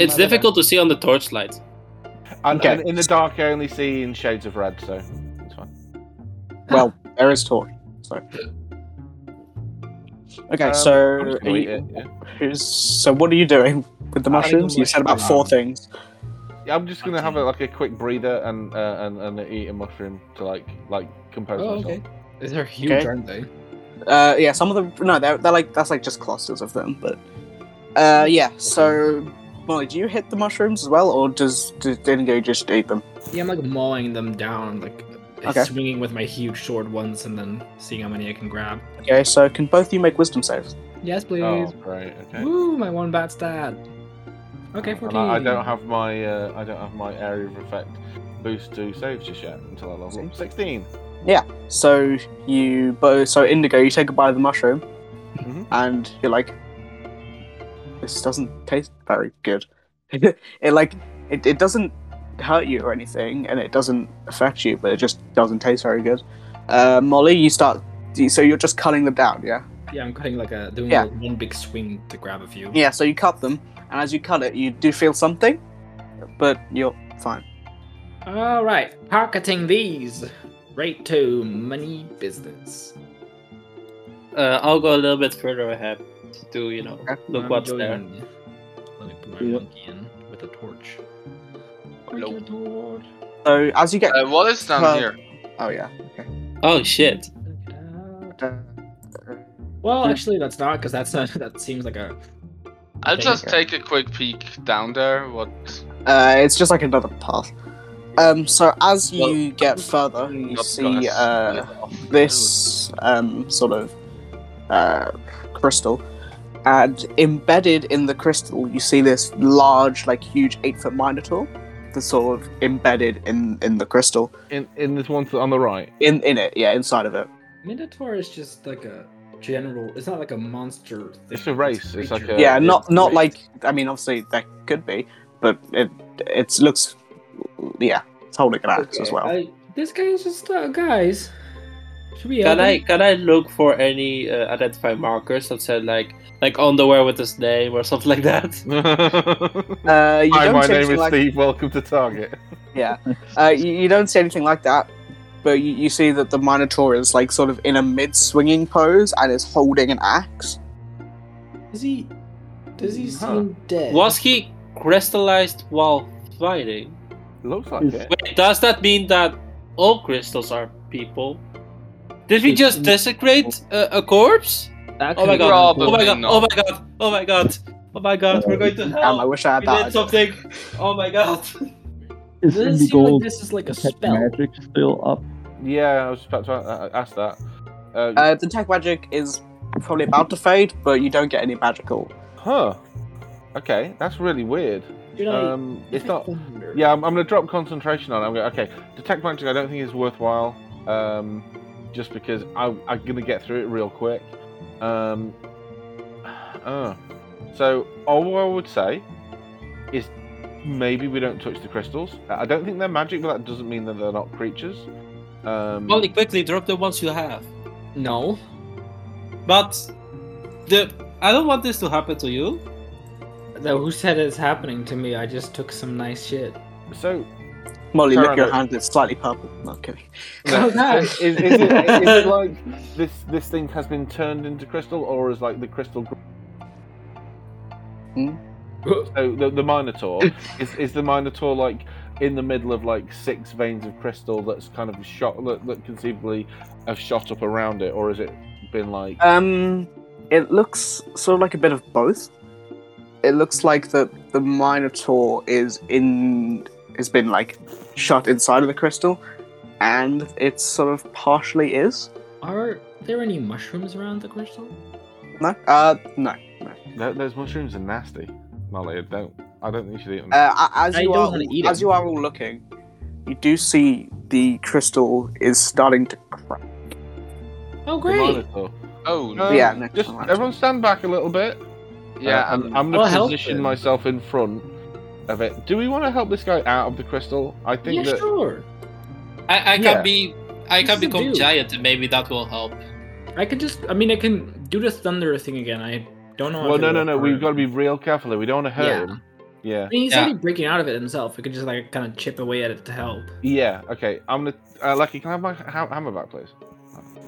Speaker 6: It's difficult to see on the torchlight.
Speaker 2: And,
Speaker 1: Okay. Uh,
Speaker 2: and in the dark, I only see in shades of red, so it's fine.
Speaker 1: Well, there is torch. So. Okay, so
Speaker 2: Um, I'm just
Speaker 1: are
Speaker 2: gonna eat
Speaker 1: you-
Speaker 2: it, yeah.
Speaker 1: here's- so what are you doing with the
Speaker 7: I think
Speaker 1: mushrooms?
Speaker 7: I'm
Speaker 1: You said about
Speaker 7: mushroom.
Speaker 1: four things.
Speaker 2: Yeah, I'm just gonna
Speaker 7: Okay.
Speaker 2: have a, like a quick breather and uh, and and eat a mushroom to like like compose
Speaker 7: Oh,
Speaker 2: myself.
Speaker 7: okay. They're huge,
Speaker 1: Okay.
Speaker 7: aren't they?
Speaker 1: Uh, yeah, some of them. No, they're, they're like that's like just clusters of them. But uh, yeah, so Molly, do you hit the mushrooms as well, or does does Dingo just eat them?
Speaker 7: Yeah, I'm like mauling them down, like
Speaker 1: Okay.
Speaker 7: swinging with my huge sword once and then seeing how many I can grab.
Speaker 1: Okay, so can both of you make wisdom saves?
Speaker 7: Yes, please.
Speaker 2: Oh, great. Okay.
Speaker 7: Woo, my one bat stat. Okay,
Speaker 2: And
Speaker 7: 14.
Speaker 2: I, I don't have my uh, I don't have my area of effect boost to saves just yet until I level up. Sixteen.
Speaker 1: So you both, so Indigo, you take a bite of the mushroom,
Speaker 2: Mhm.
Speaker 1: and you're like, this doesn't taste very good. it like, it, it doesn't hurt you or anything, and it doesn't affect you, but it just doesn't taste very good. Uh, Molly, you start, so you're just cutting them down, yeah?
Speaker 7: Yeah, I'm cutting like a doing
Speaker 1: Yeah.
Speaker 7: like one big swing to grab a few.
Speaker 1: Yeah, so you cut them, and as you cut it, you do feel something, but you're fine.
Speaker 7: All right, pocketing these right to money business.
Speaker 6: Uh, I'll go a little bit further ahead to, you know,
Speaker 1: Okay.
Speaker 6: look
Speaker 7: I'm
Speaker 6: what's
Speaker 7: going-
Speaker 6: there.
Speaker 7: Let me put my
Speaker 10: Yeah.
Speaker 7: monkey in with a torch.
Speaker 3: Hello.
Speaker 7: Thank you, Lord.
Speaker 1: So as you get,
Speaker 3: Uh, what is down
Speaker 1: Uh,
Speaker 3: here?
Speaker 1: oh yeah,
Speaker 6: Oh shit.
Speaker 7: Uh,
Speaker 1: Uh,
Speaker 7: Well, actually, that's not because that's not. That seems like a.
Speaker 3: I'll
Speaker 7: think,
Speaker 3: just
Speaker 1: uh,
Speaker 3: take a quick peek down there. What?
Speaker 1: Uh, it's just like another path. Um, so as you
Speaker 2: oh,
Speaker 1: get further, you
Speaker 3: Not
Speaker 1: see
Speaker 3: gonna
Speaker 1: uh,
Speaker 3: split off.
Speaker 1: this um, sort of uh, crystal, and embedded in the crystal, you see this large, like huge eight-foot minotaur that's sort of embedded in in the crystal,
Speaker 2: In in this one on the right.
Speaker 1: in in it, yeah, inside of it.
Speaker 7: Minotaur is just like a general. It's not like a monster. Thing.
Speaker 2: It's a race, it's like
Speaker 7: creature.
Speaker 2: a-
Speaker 1: Yeah,
Speaker 2: it-
Speaker 1: not not
Speaker 2: right.
Speaker 1: like I mean, obviously that could be, but it it looks, yeah, it's holding an axe as
Speaker 7: Okay,
Speaker 1: well.
Speaker 7: I- this guy is just uh, guys. Should we?
Speaker 6: Can
Speaker 7: help
Speaker 6: I
Speaker 7: him?
Speaker 6: can I look for any uh, identify markers that said like like underwear with his name or something like that?
Speaker 2: Hi,
Speaker 1: Uh, you don't
Speaker 2: my
Speaker 1: see
Speaker 2: name
Speaker 1: anything
Speaker 2: is
Speaker 1: like-
Speaker 2: Steve. Welcome to Target.
Speaker 1: Yeah, uh, you, you don't see anything like that, but you, you see that the Minotaur is like sort of in a mid-swinging pose and is holding an axe.
Speaker 7: Is he? Does he
Speaker 2: Huh.
Speaker 7: seem dead?
Speaker 6: Was he crystallized while fighting?
Speaker 2: Looks like
Speaker 10: Is-
Speaker 2: it.
Speaker 6: Wait, does that mean that all crystals are people? Did we
Speaker 7: It's
Speaker 6: just
Speaker 7: n-
Speaker 6: desecrate a, a corpse?
Speaker 7: That
Speaker 6: Oh my
Speaker 7: could
Speaker 6: god!
Speaker 7: have been
Speaker 6: Oh my god!
Speaker 3: not.
Speaker 6: Oh my god! Oh my god! Oh my god! We're going to
Speaker 1: Damn, Um, I
Speaker 6: hell.
Speaker 1: wish I had
Speaker 6: We
Speaker 1: that.
Speaker 6: did something. Oh my god!
Speaker 7: cool.
Speaker 10: Is
Speaker 7: Doesn't seem like
Speaker 10: Indigo
Speaker 7: this is like a
Speaker 10: detect
Speaker 7: spell.
Speaker 10: magic still up?
Speaker 2: Yeah, I was just about to a- a- ask that. Uh,
Speaker 1: Uh, the tech magic is probably about to fade, but you don't get any magical.
Speaker 2: huh. Okay, that's really weird.
Speaker 7: You're not-
Speaker 2: Um, it's
Speaker 7: it's
Speaker 2: not.
Speaker 7: thunder.
Speaker 2: Yeah, I'm, I'm gonna drop concentration on. it. I'm going okay. Detect magic. I don't think is worthwhile. Um, just because I, I'm gonna get through it real quick. Um, uh, so all I would say is maybe we don't touch the crystals. I I don't think they're magic, but that doesn't mean that they're not creatures. Um,
Speaker 6: Molly, quickly drop the ones you have.
Speaker 7: No.
Speaker 6: But the I don't want this to happen to you.
Speaker 7: Though who said it's happening to me? I just took some nice shit.
Speaker 2: so
Speaker 1: Molly, look your
Speaker 2: Turn it.
Speaker 1: hand. It's slightly purple. No, I'm kidding.
Speaker 2: No.
Speaker 7: Oh, no.
Speaker 2: Is, is, is, it, is it like this? This thing has been turned into crystal, or is like the crystal? gr-
Speaker 1: Hmm?
Speaker 2: So the, the Minotaur is, is the Minotaur like in the middle of like six veins of crystal that's kind of shot that, that conceivably have shot up around it, or has it been like
Speaker 7: Uh,
Speaker 1: Um, it looks sort of like a bit of both. It looks like the the Minotaur is in has been like shut inside of the crystal, and it sort of partially is.
Speaker 7: Are there any mushrooms around the crystal?
Speaker 1: No, uh, no, no.
Speaker 2: Tho- those mushrooms are nasty, Molly? I don't I don't think you should eat them.
Speaker 1: Uh, a- as
Speaker 7: I
Speaker 1: you
Speaker 7: don't
Speaker 1: are
Speaker 7: wanna
Speaker 1: all-
Speaker 7: eat
Speaker 1: as
Speaker 7: it.
Speaker 1: you are all looking, you do see the crystal is starting to crack.
Speaker 7: Oh,
Speaker 2: the
Speaker 7: great!
Speaker 2: Minotaur.
Speaker 3: Oh,
Speaker 2: Um,
Speaker 1: yeah, no,
Speaker 2: just
Speaker 1: no, no.
Speaker 2: everyone stand back a little bit.
Speaker 3: yeah.
Speaker 2: Uh,
Speaker 3: um,
Speaker 2: I'm, I'm
Speaker 7: I'll
Speaker 2: going to
Speaker 7: help
Speaker 2: position
Speaker 7: him.
Speaker 2: myself in front of it. Do we want to help this guy out of the crystal? I think
Speaker 7: Yeah,
Speaker 2: that.
Speaker 7: sure.
Speaker 6: I, I can
Speaker 2: Yeah.
Speaker 6: be I
Speaker 7: This
Speaker 6: can
Speaker 7: is a
Speaker 6: become
Speaker 7: dude.
Speaker 6: giant and maybe that will help.
Speaker 7: I could just. I mean, I can do the thunder thing again. I don't know.
Speaker 2: Well,
Speaker 7: if
Speaker 2: no,
Speaker 7: it
Speaker 2: no,
Speaker 7: will
Speaker 2: no.
Speaker 7: hurt.
Speaker 2: We've got to be real careful. here. We don't want to hurt
Speaker 7: Yeah.
Speaker 2: him. Yeah.
Speaker 7: I mean, he's
Speaker 6: Yeah.
Speaker 7: already breaking out of it himself. We could just like kind of chip away at it to help.
Speaker 2: Yeah. Okay. I'm gonna. Uh, Lucky, can I have my ha- hammer back, please?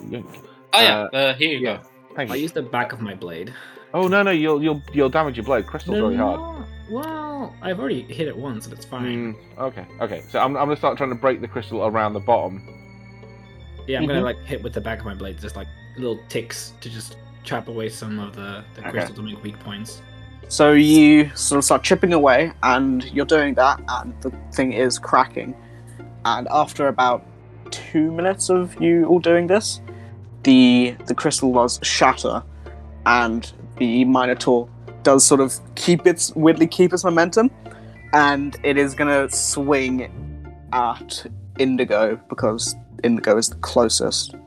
Speaker 2: Yoink.
Speaker 6: Oh yeah,
Speaker 2: Uh,
Speaker 6: uh, here you
Speaker 2: yeah.
Speaker 6: go.
Speaker 2: Thank
Speaker 7: I
Speaker 2: you.
Speaker 7: use the back of my blade.
Speaker 2: Oh no, no. You'll you'll you'll damage your blade. Crystal's really hard.
Speaker 7: no. Well, I've already hit it once, and it's fine.
Speaker 2: Mm, okay. Okay. So I'm I'm gonna start trying to break the crystal around the bottom.
Speaker 7: Yeah, I'm gonna like hit with the back of my blade, just like little ticks to just chop away some of the, the
Speaker 2: Okay.
Speaker 7: crystal to make weak points.
Speaker 1: So you sort of start chipping away, and you're doing that, and the thing is cracking. And after about two minutes of you all doing this, the the crystal does shatter, and the Minotaur does sort of keep its weirdly keep its momentum, and it is gonna swing at Indigo because Indigo is the closest.